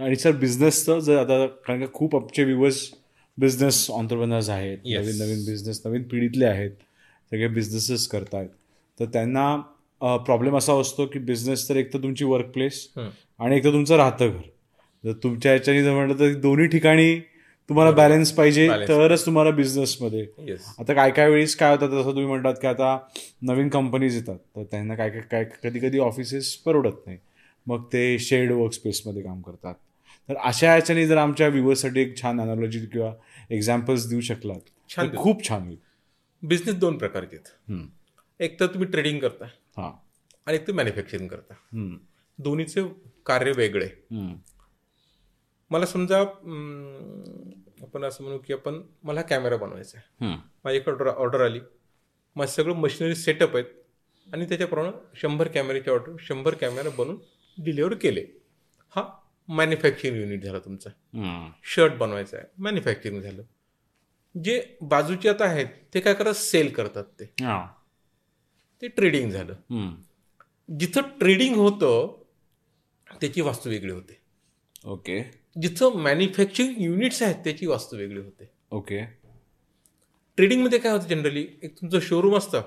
B: आणि सर बिझनेसचं जर आता कारण का खूप आमचे विवर्स बिझनेस ऑन्टरप्रनर्स आहेत
C: Yes.
B: नवीन नवीन बिझनेस नवीन पिढीतले आहेत सगळे बिझनेसेस करतायत तर त्यांना प्रॉब्लेम असा असतो की बिझनेस तर एक तर तुमची वर्कप्लेस
C: हम्म.
B: आणि एक तर तुमचं राहतं घर जर तुमच्या ह्याच्याने जर म्हटलं तर दोन्ही ठिकाणी तुम्हाला बॅलन्स पाहिजे
C: Balance.
B: तरच तुम्हाला बिझनेसमध्ये
C: येस
B: आता काय काय वेळेस काय होतं जसं तुम्ही म्हणतात की आता नवीन कंपनीज येतात तर त्यांना काय काय काय कधी कधी ऑफिसेस परवडत नाही मग ते शेड वर्कस्पेसमध्ये काम करतात तर अशा याच्याने जर आमच्या व्ह्युअर्ससाठी एक छान अनॉलॉजी किंवा एक्झाम्पल्स देऊ शकलात
C: छान
B: तर खूप छान होईल
C: बिझनेस दोन प्रकारचे आहेत
B: हम्म.
C: एक तर तुम्ही ट्रेडिंग करता
B: हा
C: आणि एक तर मॅन्युफॅक्चरिंग करता
B: हम्म.
C: दोन्हीचे कार्य वेगळे आहे.
B: हम्म.
C: मला समजा अं, आपण असं म्हणू की आपण मला कॅमेरा बनवायचा आहे
B: हम्म.
C: माझ्याकडे ऑर्डर ऑर्डर आली माझं सगळं मशिनरी सेटअप आहेत आणि त्याच्याप्रमाणे शंभर कॅमेऱ्याची ऑर्डर शंभर कॅमेरा बनवून डिलिव्हर केले हा मॅन्युफॅक्चरिंग युनिट झाला तुमचा
B: हम्म.
C: शर्ट बनवायचा आहे मॅन्युफॅक्चरिंग झालं जे बाजूचे आता आहेत ते काय करतात सेल करतात ते
B: हा.
C: ते ट्रेडिंग झालं
B: हम्म.
C: जिथं ट्रेडिंग होतं त्याची वास्तू वेगळी होते
B: ओके
C: जिथं मॅन्युफॅक्चरिंग युनिट्स आहेत त्याची वास्तू वेगळी होते
B: ओके
C: ट्रेडिंगमध्ये काय होतं जनरली एक तुमचं शोरूम असतं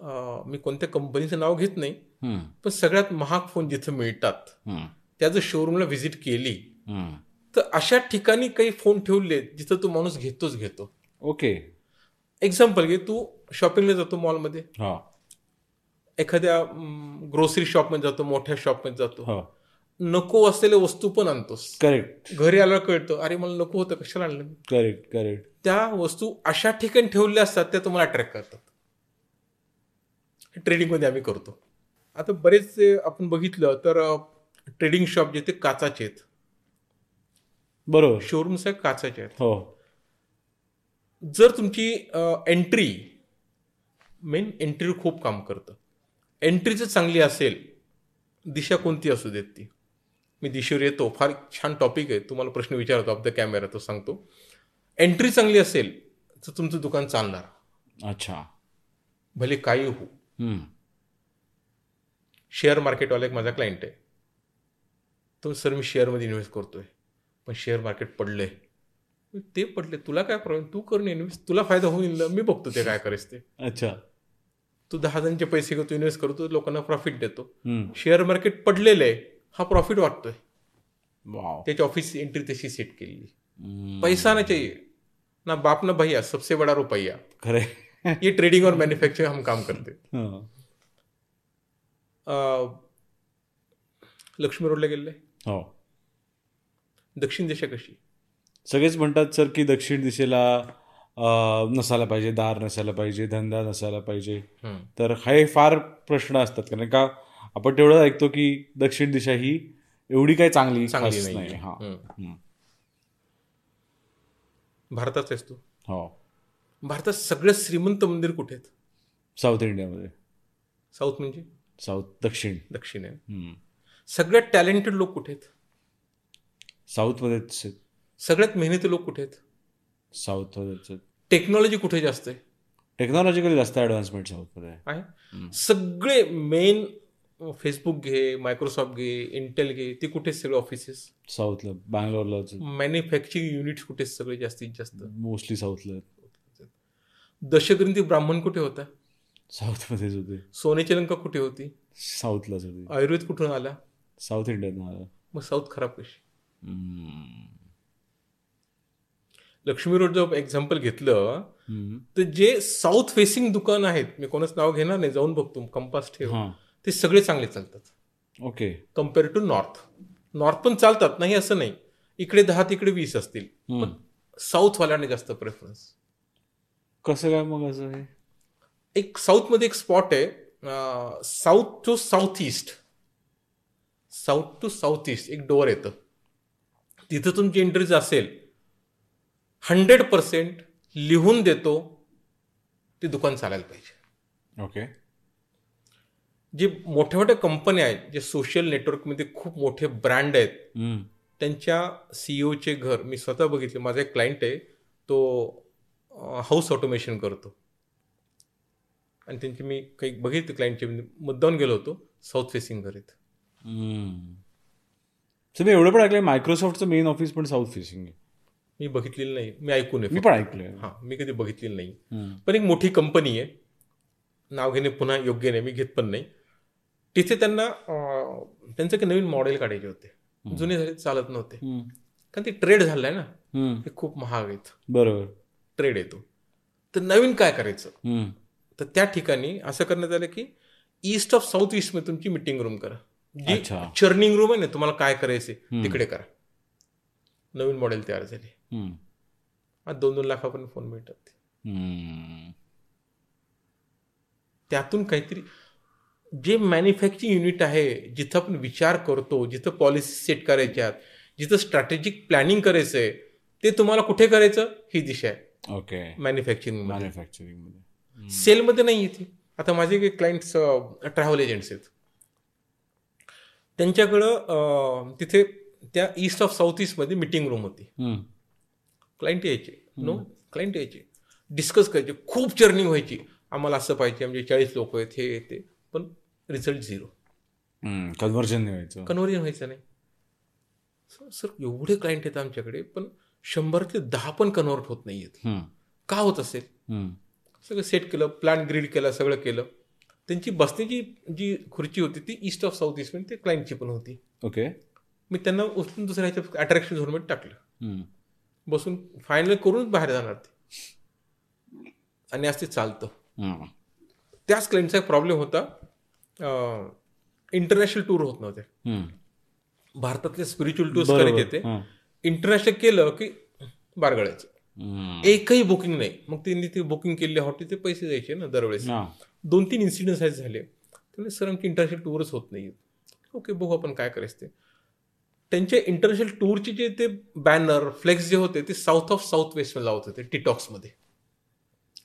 C: अं, मी कोणत्या कंपनीचं नाव घेत नाही
B: हम्म.
C: पण सगळ्यात महाग फोन जिथं मिळतात
B: हम्म.
C: त्या जर शोरूमला व्हिजिट केली
B: हम्म.
C: तर अशा ठिकाणी काही फोन ठेवले जिथं तो माणूस घेतोच घेतो
B: ओके
C: एक्झाम्पल घे तू शॉपिंगला जातो मॉलमध्ये
B: हा
C: एखाद्या ग्रोसरी शॉपमध्ये जातो मोठ्या शॉपमध्ये जातो
B: हो
C: नको असलेल्या वस्तू पण आणतोस
B: करेक्ट
C: घरी आल्यावर कळतं अरे मला नको होतं कशाला आणलं मी
B: करेक्ट करेक्ट
C: त्या वस्तू अशा ठिकाणी ठेवलेल्या असतात त्या तुम्हाला अट्रॅक्ट करतात ट्रेडिंगमध्ये आम्ही करतो आता बरेचसे आपण बघितलं तर ट्रेडिंग शॉप जे ते काचाचे आहेत
B: बरोबर
C: शोरूम्स आहेत काचाचे आहेत
B: हो
C: जर तुमची एंट्री मेन एंट्री खूप काम करतं एंट्री जर चांगली असेल दिशा कोणती असू देत ती मी दिशेवर येतो फार छान टॉपिक आहे तुम्हाला प्रश्न विचारतो ऑफ द कॅमेरा तो सांगतो एंट्री चांगली असेल तर तुमचं दुकान चालणार
B: अच्छा
C: भले काही हो
B: हम्म.
C: शेअर मार्केटवाला एक माझा क्लायंट आहे तो सर मी शेअरमध्ये इन्व्हेस्ट करतोय पण शेअर मार्केट पडलंय ते पडले तुला काय प्रॉब्लेम तू कर इन्व्हेस्ट तुला फायदा होईल ना मी बघतो ते काय करायचं ते
B: अच्छा
C: तू दहा जणांचे पैसे घेतो इन्व्हेस्ट करतो लोकांना प्रॉफिट देतो
B: हम्म.
C: शेअर मार्केट पडलेलं आहे हा प्रॉफिट वाटतोय
B: वाव
C: त्याची ऑफिस एंट्री तशी सेट केली
B: हम्म.
C: पैसा ना चाहिए ना बाप ना भैया सबसे बडा रुपया
B: खरे
C: ये ट्रेडिंग और मॅन्युफॅक्चरिंग हम काम करते
B: हं.
C: अं, लक्ष्मी रोडला गेलेलं आहे
B: हो
C: दक्षिण दिशा कशी
B: सगळेच म्हणतात सर की दक्षिण दिशेला अ, नसायला पाहिजे दार नसायला पाहिजे धंदा नसायला पाहिजे
C: हम्म.
B: तर हे फार प्रश्न असतात कारण का आपण तेवढं ऐकतो की दक्षिण दिशा ही एवढी काही चांगली
C: चांगली
B: खास
C: नाही
B: हा हम्म.
C: भारताच आहेस तू
B: हो
C: भारतात सगळ्यात श्रीमंत मंदिर कुठे आहेत
B: साऊथ इंडियामध्ये
C: साऊथ म्हणजे
B: साऊथ दक्षिण
C: दक्षिण आहे
B: हम्म.
C: सगळ्यात टॅलेंटेड लोक कुठे आहेत
B: साऊथमध्येच आहेत.
C: सगळ्यात मेहनती लोक कुठे आहेत
B: साऊथमध्येच आहेत.
C: टेक्नॉलॉजी कुठे जास्त आहे
B: टेक्नॉलॉजिकली जास्त ॲडव्हान्समेंट साऊथमध्ये आहे
C: आहे
B: हम्म.
C: सगळे मेन फेसबुक घे मायक्रोसॉफ्ट घे इंटेल घे ते कुठे आहेत सगळे ऑफिसेस
B: साऊथला बँगलोरला
C: मॅन्युफॅक्चरिंग युनिट्स कुठे आहेत सगळे जास्तीत जास्त
B: मोस्टली साऊथला आहेत.
C: दशग्रंथी ब्राह्मण कुठे होता
B: साऊथमध्येच होते
C: सोन्याची लंका कुठे होती
B: साऊथलाच होते
C: आयुर्वेद कुठून आला
B: साऊथ इंडियन आला
C: मग साऊथ खराब कशी
B: हम्म.
C: लक्ष्मी रोड जर एक्झाम्पल घेतलं
B: हम्म.
C: तर जे साऊथ फेसिंग दुकान आहेत मी कोणाच नाव घेणार नाही जाऊन बघतो कंपास ठेव
B: हा
C: ते सगळे चांगले चालतात
B: okay
C: compare to north north पण चालतात नाही असं नाही इकडे दहा तिकडे वीस असतील
B: हम्म.
C: साऊथवाल्याने जास्त प्रेफरन्स
B: कसं काय मग असं हे
C: एक साऊथमध्ये एक स्पॉट आहे south to south east south to south east एक डोअर येतं तिथं तुमची एंट्रीज असेल हंड्रेड पर्सेंट लिहून देतो ते दुकान चालायला पाहिजे
B: ओके
C: जे मोठ्या मोठ्या कंपन्या आहेत जे सोशल नेटवर्कमध्ये खूप मोठे ब्रँड आहेत
B: हम्म.
C: त्यांच्या सीईओचे घर मी स्वतः बघितले माझा एक क्लायंट आहे तो हाऊस ऑटोमेशन करतो आणि त्यांचे मी काही बघितले क्लायंटचे मुद्दाहून म्हणजे गेलो होतो साऊथ फेसिंग घर आहेत
B: हम्म. सर मी एवढं पण ऐकलंय मायक्रोसॉफ्टचं मेन ऑफिस पण साऊथ फेसिंग आहे
C: मी बघितलेलं नाही मी ऐकून
B: मी
C: आहे
B: पण ऐकलंय
C: हां मी कधी बघितलेलं नाही
B: हम्म.
C: पण एक मोठी कंपनी आहे नाव घेणे पुन्हा योग्य नाही मी घेत पण नाही तिथे त्यांना अं, त्यांचं काही नवीन मॉडेल काढायचे होते जुने झाले चालत नव्हते
B: हम्म.
C: कारण ते ट्रेड झालं आहे ना
B: हम्म.
C: ते खूप महाग आहेत
B: बरोबर
C: ट्रेड येतो तर नवीन काय करायचं
B: हम्म.
C: तर त्या ठिकाणी असं करण्यात आलं की ईस्ट ऑफ साऊथ ईस्ट मध्ये तुमची मिटिंग रूम करा जी
B: अच्छा.
C: चर्निंग रूम आहे ना तुम्हाला काय करायचे
B: हम्म.
C: तिकडे करा नवीन मॉडेल तयार झाले
B: हम्म.
C: आज दोन दोन लाखापर्यंत फोन मिळतात
B: हम्म.
C: त्यातून काहीतरी जे मॅन्युफॅक्चरिंग युनिट आहे जिथं आपण विचार करतो जिथं पॉलिसी सेट करायच्या आहेत, जिथं स्ट्रॅटेजिक प्लॅनिंग करायचं आहे ते तुम्हाला कुठे करायचं ही दिशा आहे
B: ओके
C: मॅन्युफॅक्चरिंग
B: मॅन्युफॅक्चरिंग मध्ये हम्म.
C: सेलमध्ये नाही येते आता माझे काही क्लायंट्स ट्रॅव्हल एजंट्स आहेत त्यांच्याकडं अं, तिथे त्या ईस्ट ऑफ साऊथ ईस्टमध्ये मिटिंग रूम होती
B: हम्म.
C: क्लायंट यायचे नो क्लायंट यायचे डिस्कस करायचे खूप जर्नी व्हायची आम्हाला असं पाहिजे म्हणजे चाळीस लोक आहेत हे ते पण रिझल्ट झिरो
B: हम्म. कन्व्हर्जन नाही व्हायचं
C: कन्व्हर्जन व्हायचं नाही सर- सर एवढे क्लायंट आहेत आमच्याकडे पण शंभरातले दहा पण कन्व्हर्ट होत नाही आहेत
B: हम्म.
C: का होत असेल
B: हम्म.
C: सगळं सेट केलं प्लॅन ग्रीड केला सगळं केलं त्यांची बसण्याची जी खुर्ची होती ती ईस्ट ऑफ साऊथ ईस्ट ते क्लायंटची म्हणजे पण होती
B: ओके
C: मी त्यांना उचलून दुसऱ्या ह्याच्या अट्रॅक्शन झोनमध्ये टाकलं
B: हम्म.
C: बसून फायनल करूनच बाहेर जाणार ते आणि असं ते चालतं
B: हम्म.
C: त्याच क्लायंटचा एक प्रॉब्लेम होता इंटरनॅशनल टूर होत नव्हते
B: हम्म.
C: भारतातले स्पिरिच्युअल टूर्स करायचे
B: बरोबर.
C: ते
B: हा.
C: इंटरनॅशनल केलं की बारगळायचं
B: हम्म.
C: एकही बुकिंग नाही मग त्यांनी ते बुकिंग केलेले हॉटेलचे पैसे द्यायचे ना दरवेळेस
B: हा.
C: दोन तीन इन्सिडेंट्स आहेत झाले त्यामुळे सर आमची इंटरनॅशनल टूरच होत नाही ओके बघू आपण काय करायचं ते त्यांचे इंटरनॅशनल टूरचे जे ते बॅनर फ्लेक्स जे होते ते साऊथ ऑफ साऊथ वेस्टला लावत होते टिटॉक्समध्ये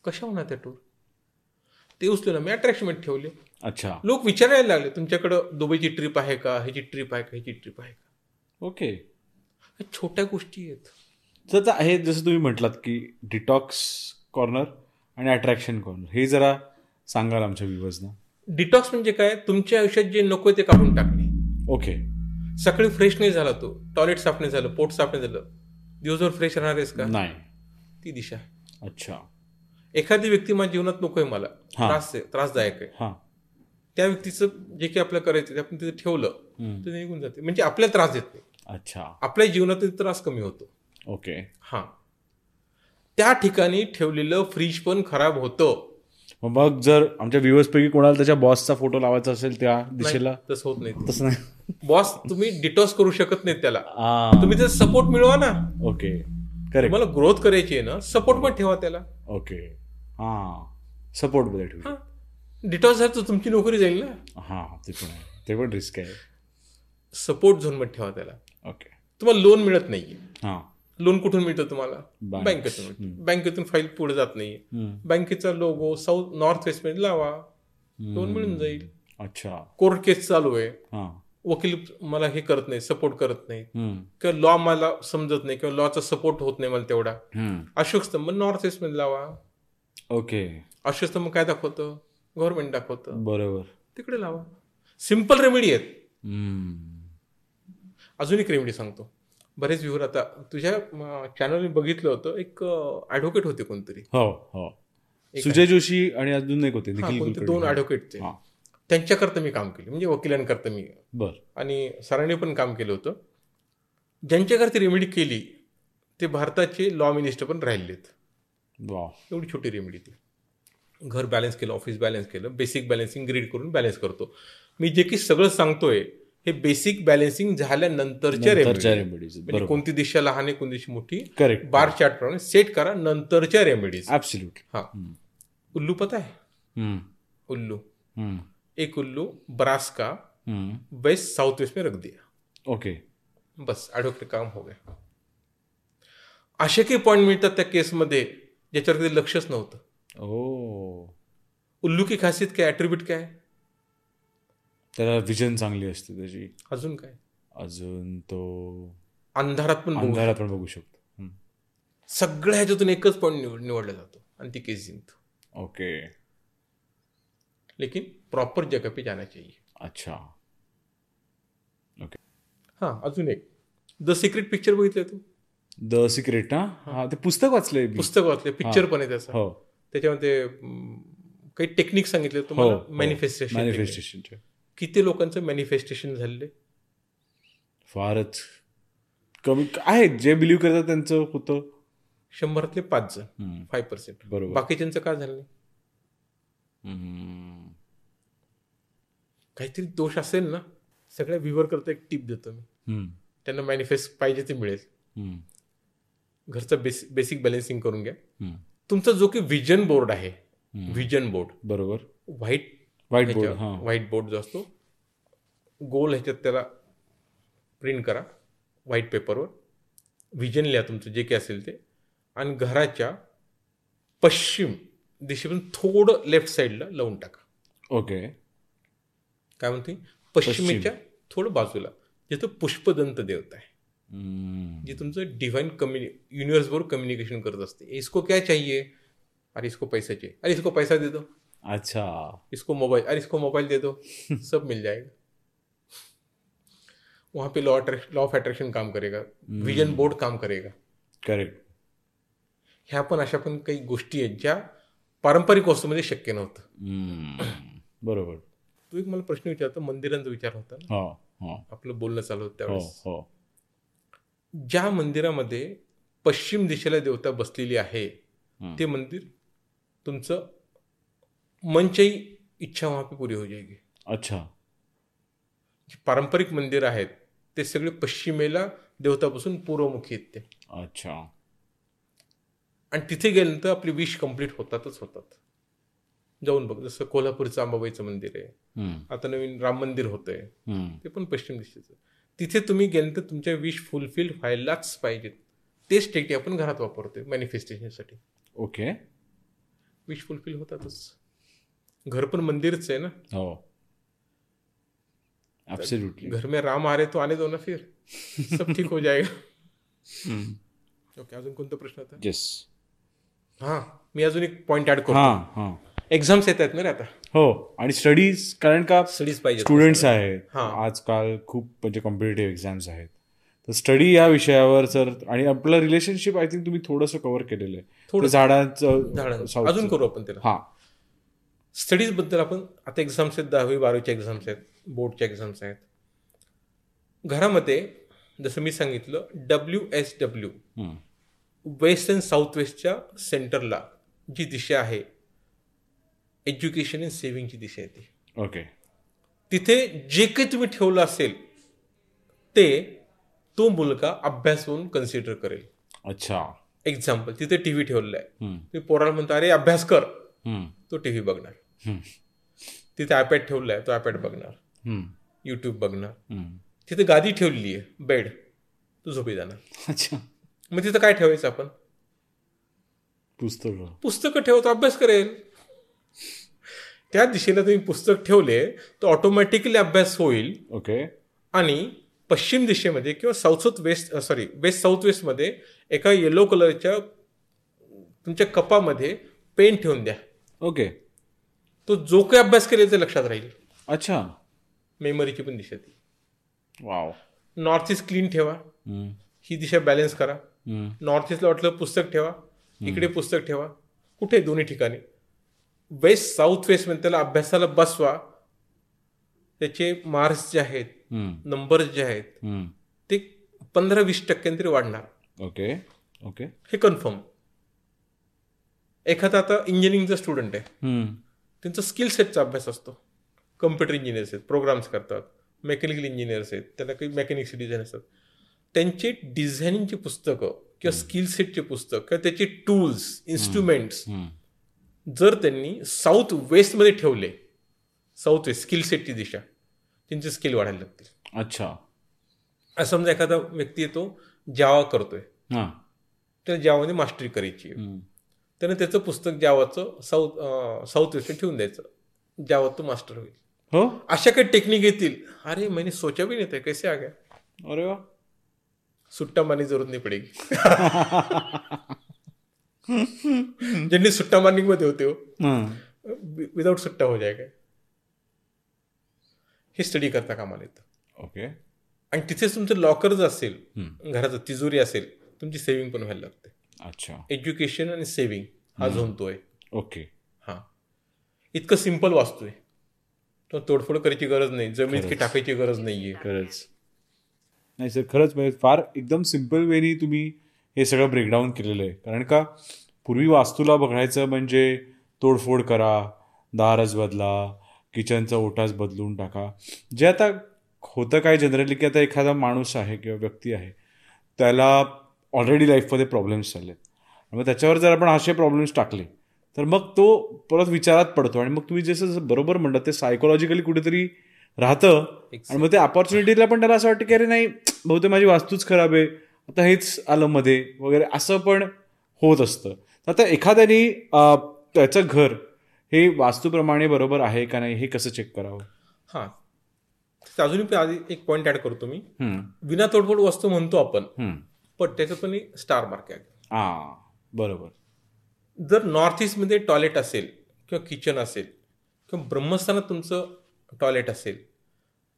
C: कशा होणार त्या टूर ते उचलू ना मी अट्रॅक्शनमेंट ठेवले
B: अच्छा
C: लोक विचारायला लागले तुमच्याकडं दुबईची ट्रिप आहे का ह्याची ट्रिप आहे का ह्याची ट्रिप आहे का
B: ओके
C: ह्या छोट्या गोष्टी आहेत
B: तर आता हे जसं तुम्ही म्हटलात की डिटॉक्स कॉर्नर आणि अट्रॅक्शन कॉर्नर हे जरा सांगाल आमच्या व्ह्युअर्सना
C: डिटॉक्स म्हणजे काय तुमच्या आयुष्यात जे नको ते काढून टाकणे
B: ओके
C: सकाळी फ्रेश नाही झाला तो टॉयलेट साफ नाही झालं पोट साफ नाही झालं दिवसभर फ्रेश राहणार आहेस का
B: नाही
C: ती दिशा आहे.
B: अच्छा
C: एखादी व्यक्ती माझ्या जीवनात नकोय मला
B: हा.
C: त्रास आहे त्रासदायक आहे
B: हां
C: त्या व्यक्तीचं जे काही आपल्याला करायचं ते आपण तिथे ठेवलं
B: हम्म.
C: ते निघून जाते म्हणजे आपल्याला त्रास देत नाही
B: अच्छा
C: आपल्या जीवनातील त्रास कमी होतो
B: ओके
C: हा त्या ठिकाणी ठेवलेलं फ्रीज पण खराब होतं
B: मग मग जर आमच्या व्ह्युअर्सपैकी कोणाला त्याच्या बॉसचा फोटो लावायचा असेल त्या
C: नाही,
B: दिशेला
C: तसं होत नाही
B: तसं नाही
C: बॉस तुम्ही डिटॉस करू शकत नाही त्याला
B: आ,
C: तुम्ही त्याचा सपोर्ट मिळवा ना
B: ओके करेक्ट
C: तुम्हाला ग्रोथ करायची आहे ना सपोर्ट पण ठेवा त्याला
B: ओके हां सपोर्ट मध्ये ठेवू
C: हा. डिटॉच झालं तर तुमची नोकरी जाईल ना
B: हां ते पण आहे ते पण रिस्क आहे
C: सपोर्ट झोनमध्ये ठेवा त्याला
B: ओके
C: तुम्हाला लोन मिळत नाहीये
B: हां
C: लोन कुठून मिळतं तुम्हाला
B: Bank.
C: बँकेतून मिळतं. बँकेतून फाईल पुढे जात नाहीये
B: हम्म.
C: बँकेचा लोगो साऊथ नॉर्थ वेस्टमध्ये लावा लोन मिळून जाईल
B: अच्छा
C: कोर्ट केस चालू आहे
B: हां
C: वकील मला हे करत नाही सपोर्ट करत नाही
B: हम्म.
C: किंवा लॉ मला समजत नाही किंवा लॉचा सपोर्ट होत नाही मला तेवढा
B: हम्म.
C: अशोक स्तंभ नॉर्थ ईस्टमध्ये लावा
B: ओके
C: अशोक स्तंभ काय दाखवतं गव्हर्नमेंट दाखवतं
B: बरोबर
C: तिकडे लावा सिम्पल रेमेडी आहेत
B: हम्म.
C: अजून एक रेमेडी सांगतो बरेच व्ह्यूवर आता तुझ्या चॅनलने बघितलं होतं एक ॲडव्होकेट होते कोणतरी
B: हो हो
C: एक
B: सुजय जोशी आणि अजून एक होते
C: हा,
B: निखिल
C: कोणते
B: कुलकर्णी.
C: दोन ॲडव्होकेटचे
B: हा.
C: त्यांच्याकरता मी काम केलं म्हणजे वकिलांकरता मी
B: बर
C: आणि सरांनी पण काम केलं होतं ज्यांच्याकरती रेमेडी केली ते भारताचे लॉ मिनिस्टर पण राहिलेत
B: वा
C: एवढी छोटी रेमेडी ती घर बॅलन्स केलं ऑफिस बॅलन्स केलं बेसिक बॅलन्सिंग ग्रीड करून बॅलन्स करतो मी जे की सगळं सांगतोय हे बेसिक बॅलन्सिंग झाल्यानंतरच्या
B: नंतरच्या
C: रेमेडी
B: remedies.
C: म्हणजे
B: बरोबर
C: कोणती दिशा लहान आहे कोणती दिशा मोठी
B: करेक्ट
C: बार चार्ट प्रमाणे सेट करा नंतरच्या रेमेडीज
B: ऍब्सल्यूट
C: हा उल्लू पता आहे उल्लू एक उल्लू ब्रास का वेस्ट साउथ वेस्ट में रख दिया
B: ओके
C: बस ॲडव्होकेट काम हो गया असे काही पॉईंट मिळतात त्या केसमध्ये ज्याच्यावर कधी लक्षच नव्हतं
B: ओ
C: हो. उल्लू की खासियत काय ॲट्रिब्यूट काय आहे?
B: त्याला विजन चांगली असते त्याची
C: अजून काय
B: अजून तो
C: अंधारात पण बघू
B: अंधारात पण बघू शकतो
C: सगळ्या ह्याच्यातून एकच पॉईंट निवड निवडला जातो आणि ती केस जिंकतो
B: ओके
C: लेकिन प्रॉपर जगह पे जाना चाहिए
B: अच्छा
C: हां अजून एक द सिक्रेट पिक्चर बघितलं तू
B: द सिक्रेट ना हा ते पुस्तक वाचलंय मी.
C: पुस्तक वाचले पिक्चर पण आहे त्याचा
B: हो
C: त्याच्यामध्ये अं, काही टेक्निक सांगितले तुम्हाला
B: हो.
C: मॅनिफेस्टेशन
B: मॅनिफेस्टेशनचे
C: किती लोकांचं मॅनिफेस्टेशन झालेलं आहे?
B: फारच कमी आहेत जे बिलीव्ह करतात त्यांचं होतं
C: शंभरातले पाच जण
B: हम्म,
C: फाय पर्सेंट
B: बरोबर
C: बाकीच्यांचं का झालं नाही
B: हम्म,
C: काहीतरी दोष असेल ना सगळ्या व्ह्यूवर करता एक टिप देतो मी
B: हम्म,
C: त्यांना मॅनिफेस्ट पाहिजे ते मिळेल
B: हम्म,
C: घरचं बेसिक बेसिक बॅलेन्सिंग करून घ्या
B: हम्म,
C: तुमचा जो की विजन बोर्ड आहे
B: हम्म.
C: व्हिजन बोर्ड
B: बरोबर
C: व्हाईट
B: व्हाईट बोर्ड हा
C: व्हाईट बोर्ड जो असतो गोल ह्याच्यात त्याला प्रिंट करा व्हाईट पेपरवर व्हिजन लिहा तुमचं जे काही असेल ते आणि घराच्या पश्चिम दिशेपासून थोडं लेफ्ट साईडला लावून टाका
B: ओके
C: काय म्हणते पश्चिमेच्या थोडं बाजूला जिथं पुष्पदंत देवता आहे
B: हम्म,
C: जी तुमचं डिव्हाइन कम्युनि युनिवर्सबरोबर कम्युनिकेशन करत असते इसको क्या चाहिए अरे इसको पैसा चाहिए अरे इसको पैसा दे दो
B: अच्छा
C: इसको मोबाइल अरे इसको मोबाइल दे दो सब मिल जाएगा वहां पे लॉ लॉ ऑफ अट्रॅक्शन काम करेगा
B: हम्म.
C: विजन बोर्ड काम करेगा
B: करेक्ट
C: ह्या पण अशा पण काही गोष्टी आहेत ज्या पारंपरिक वस्तूमध्ये शक्य नव्हतं
B: हम्म. बरोबर
C: तू एक मला प्रश्न विचारतो मंदिरांचा विचार होता ना
B: हा हा
C: आपलं बोलणं चालू होतं
B: हो
C: त्यावेळेस
B: हो
C: ज्या मंदिरामध्ये पश्चिम दिशेला देवता बसलेली आहे
B: हम्म.
C: ते मंदिर तुमचं मनच्याही इच्छा वहां पे पुरी हो जाएगी
B: अच्छा
C: जे पारंपरिक मंदिर आहेत ते सगळे पश्चिमेला देवतापासून पूर्वमुखी आहेत ते
B: अच्छा
C: आणि तिथे गेल्यानंतर आपली विश कंप्लीट होतातच होतात जाऊन बघ जसं कोल्हापूरचं अंबाबाईचं मंदिर आहे
B: हम्म,
C: आता नवीन राम मंदिर होतंय
B: हम्म.
C: ते पण पश्चिम दिशेचं तिथे तुम्ही गेल्यानंतर तुमच्या विश फुलफिल व्हायलाच पाहिजेत तेच टेक्निक आपण घरात वापरतोय मॅनिफेस्टेशनसाठी
B: ओके
C: विश फुलफिल होतातच घर पण मंदिरच आहे ना
B: हो ऍब्सोल्युटली
C: घर में राम आ रहे तो आने दो ना फिर सब ठीक हो जाएगा
B: हम्म.
C: ओके अजून कोणता प्रश्न होता
B: येस
C: हां मी अजून एक पॉईंट ऍड
B: हा
C: करतो
B: हा
C: एक्झाम्स येत आहेत ना रे आता
B: हो आणि स्टडीज कारण का
C: स्टडीज पाहिजे
B: स्टुडंट्स आहेत
C: हा.
B: आजकाल खूप म्हणजे कॉम्पिटेटिव्ह एक्झाम्स आहेत तर स्टडी या विषयावर सर आणि आपलं रिलेशनशिप आय थिंक तुम्ही थोडंसं कव्हर केलेलं आहे
C: थोडं.
B: थोडं झाडांचं
C: झाडांचं.
B: south-
C: अजून करू आपण त्याला
B: हा
C: स्टडीज बद्दल आपण आता एक्झाम्स आहेत दहावी बारावीच्या एक्झाम्स आहेत बोर्डच्या एक्झाम्स आहेत घरामध्ये जसं मी सांगितलं डब्ल्यू एस डब्ल्यू
B: हम्म.
C: वेस्ट अँड साऊथ वेस्टच्या सेंटरला जी दिशा आहे एज्युकेशन अँड सेव्हिंगची दिशा आहे ती
B: ओके
C: तिथे जे काही तुम्ही ठेवलं असेल ते तो मुलगा अभ्यास म्हणून कन्सिडर करेल
B: अच्छा
C: एक्झाम्पल तिथे टीव्ही ठेवलेला आहे
B: हम्म,
C: तुम्ही पोराला म्हणतो अरे अभ्यास कर
B: हम्म,
C: तो टीव्ही बघणार
B: हम्म,
C: तिथे आयपॅड ठेवला आहे तो आयपॅड बघणार
B: हम्म,
C: युट्यूब बघणार
B: हम्म.
C: तिथे गादी ठेवलेली आहे बेड तो झोपी जाणार
B: अच्छा
C: मग तिथं काय ठेवायचं आपण
B: पुस्तक
C: पुस्तकं ठेवतो अभ्यास करेल त्या दिशेला तुम्ही पुस्तक ठेवले तर ऑटोमॅटिकली अभ्यास होईल
B: ओके
C: आणि पश्चिम दिशेमध्ये किंवा south south west sorry west south वेस्टमध्ये एका येलो कलरच्या तुमच्या कपामध्ये पेन ठेवून द्या
B: ओके
C: तो जो काही अभ्यास केलेला ते लक्षात राहील
B: अच्छा
C: मेमरीची पण दिशा ती
B: वाव
C: नॉर्थ ईस्ट क्लीन ठेवा
B: हम्म,
C: ही दिशा बॅलन्स करा
B: हम्म,
C: नॉर्थ ईस्टला वाटलं पुस्तक ठेवा इकडे पुस्तक ठेवा कुठे दोन्ही ठिकाणी वेस्ट साऊथ वेस्ट मध्ये त्याला अभ्यासाला बसवा त्याचे मार्क्स जे आहेत
B: हम्म,
C: नंबर्स जे आहेत
B: हम्म.
C: ते पंधरा वीस टक्क्यांनी तरी वाढणार
B: ओके ओके
C: हे कन्फर्म एखादा आता इंजिनिअरिंगचा स्टुडंट आहे
B: हम्म,
C: त्यांचा स्किल सेटचा अभ्यास असतो कम्प्युटर इंजिनियर्स आहेत प्रोग्राम्स करतात मेकॅनिकल इंजिनियर्स आहेत त्याला काही मेकॅनिक्सचे डिझाईन असतात त्यांचे डिझायनिंगची पुस्तकं किंवा स्किल सेटचे पुस्तक किंवा त्याचे टूल्स इन्स्ट्रुमेंट्स
B: हम्म.
C: जर त्यांनी साऊथ वेस्टमध्ये ठेवले साऊथ वेस्ट स्किल सेटची दिशा त्यांचे स्किल वाढायला लागतील
B: अच्छा
C: असं समजा एखादा व्यक्ती येतो जावा करतोय
B: हां
C: त्याला जावामध्ये मास्टरी करायची आहे
B: हम्म,
C: त्यानं त्याचं पुस्तक जावाचं साऊथ साऊथ वेस्टला ठेवून द्यायचं जावात तो मास्टर होईल
B: हो
C: अशा काही टेक्निक येतील अरे मैंने सोचा भी नहीं था कैसे आ गया
B: अरे वा
C: सुट्टा मारने की जरूरत नहीं पड़ेगी जितनी सुट्टा मारने मध्ये होते हो
B: हं,
C: विदाउट सुट्टा हो जाएगा हे स्टडी करता कामाला येतं
B: ओके
C: आणि तिथेच तुमचं लॉकर्स असेल
B: हम्म,
C: घराचं तिजोरी असेल तुमची सेव्हिंग पण व्हायला लागते
B: अच्छा
C: एज्युकेशन आणि सेव्हिंग हा झोन तो आहे
B: ओके
C: हा इतकं सिम्पल वाचतोय तो तोडफोड करायची गरज नाही जमीन इतकी
B: खरंच.
C: टाकायची गरज नाहीये
B: खरंच नाही सर खरंच म्हणजे फार एकदम सिम्पल वेनी तुम्ही हे सगळं ब्रेकडाऊन केलेलं आहे कारण का पूर्वी वास्तूला बघायचं म्हणजे तोडफोड करा दारच बदला किचनचा ओटाच बदलून टाका जे आता होतं काय जनरली की आता एखादा माणूस आहे किंवा व्यक्ती आहे त्याला ऑलरेडी लाईफमध्ये प्रॉब्लेम्स झाले मग त्याच्यावर जर आपण असे प्रॉब्लेम्स टाकले तर मग तो परत विचारात पडतो आणि मग तुम्ही जसं जसं बरोबर म्हणतात ते सायकोलॉजिकली कुठेतरी राहतं आणि मग ते अपॉर्च्युनिटीला पण त्याला असं वाटतं की अरे नाही बहुतेक माझी वास्तूच खराब आहे आता हेच आलं मध्ये वगैरे असं पण होत असतं तर आता एखाद्याने अं, त्याचं घर हे वास्तूप्रमाणे बरोबर आहे का नाही हे कसं चेक करावं
C: हा अजूनही पण आधी एक पॉईंट ऍड करतो मी
B: हम्म,
C: विना तोडफोड वस्तू म्हणतो आपण
B: हम्म.
C: पण त्याचं पण एक स्टार मार्क आहे
B: आ बरोबर
C: जर नॉर्थ ईस्टमध्ये टॉयलेट असेल किंवा किचन असेल किंवा ब्रह्मस्थानात तुमचं टॉयलेट असेल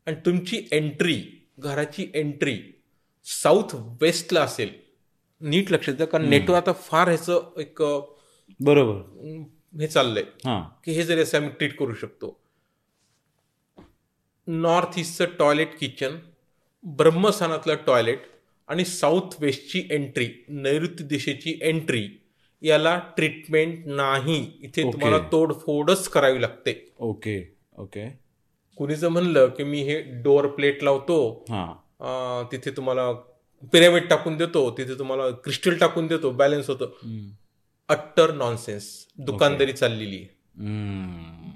C: आणि तुमची एंट्री घराची एंट्री साऊथ वेस्टला असेल नीट लक्षात द्या कारण नेटवर आता फार ह्याचं एक अं,
B: बरोबर
C: हे चाललंय
B: हां
C: की हे जरी असं आम्ही ट्रीट करू शकतो नॉर्थ ईस्टचं टॉयलेट किचन ब्रह्मस्थानातलं टॉयलेट आणि साऊथ वेस्टची एंट्री नैऋत्य दिशेची एंट्री याला ट्रीटमेंट नाही इथे
B: Okay.
C: तुम्हाला तोडफोडच करावी लागते
B: ओके ओके
C: कुणी जर म्हणलं की मी हे डोअर प्लेट लावतो
B: हां
C: अं, तिथे तुम्हाला पिरॅमिड टाकून देतो तिथे तुम्हाला क्रिस्टल टाकून देतो बॅलन्स होतो
B: हम्म.
C: अट्टर नॉनसेन्स दुकानदारी चाललेली आहे
B: हम्म.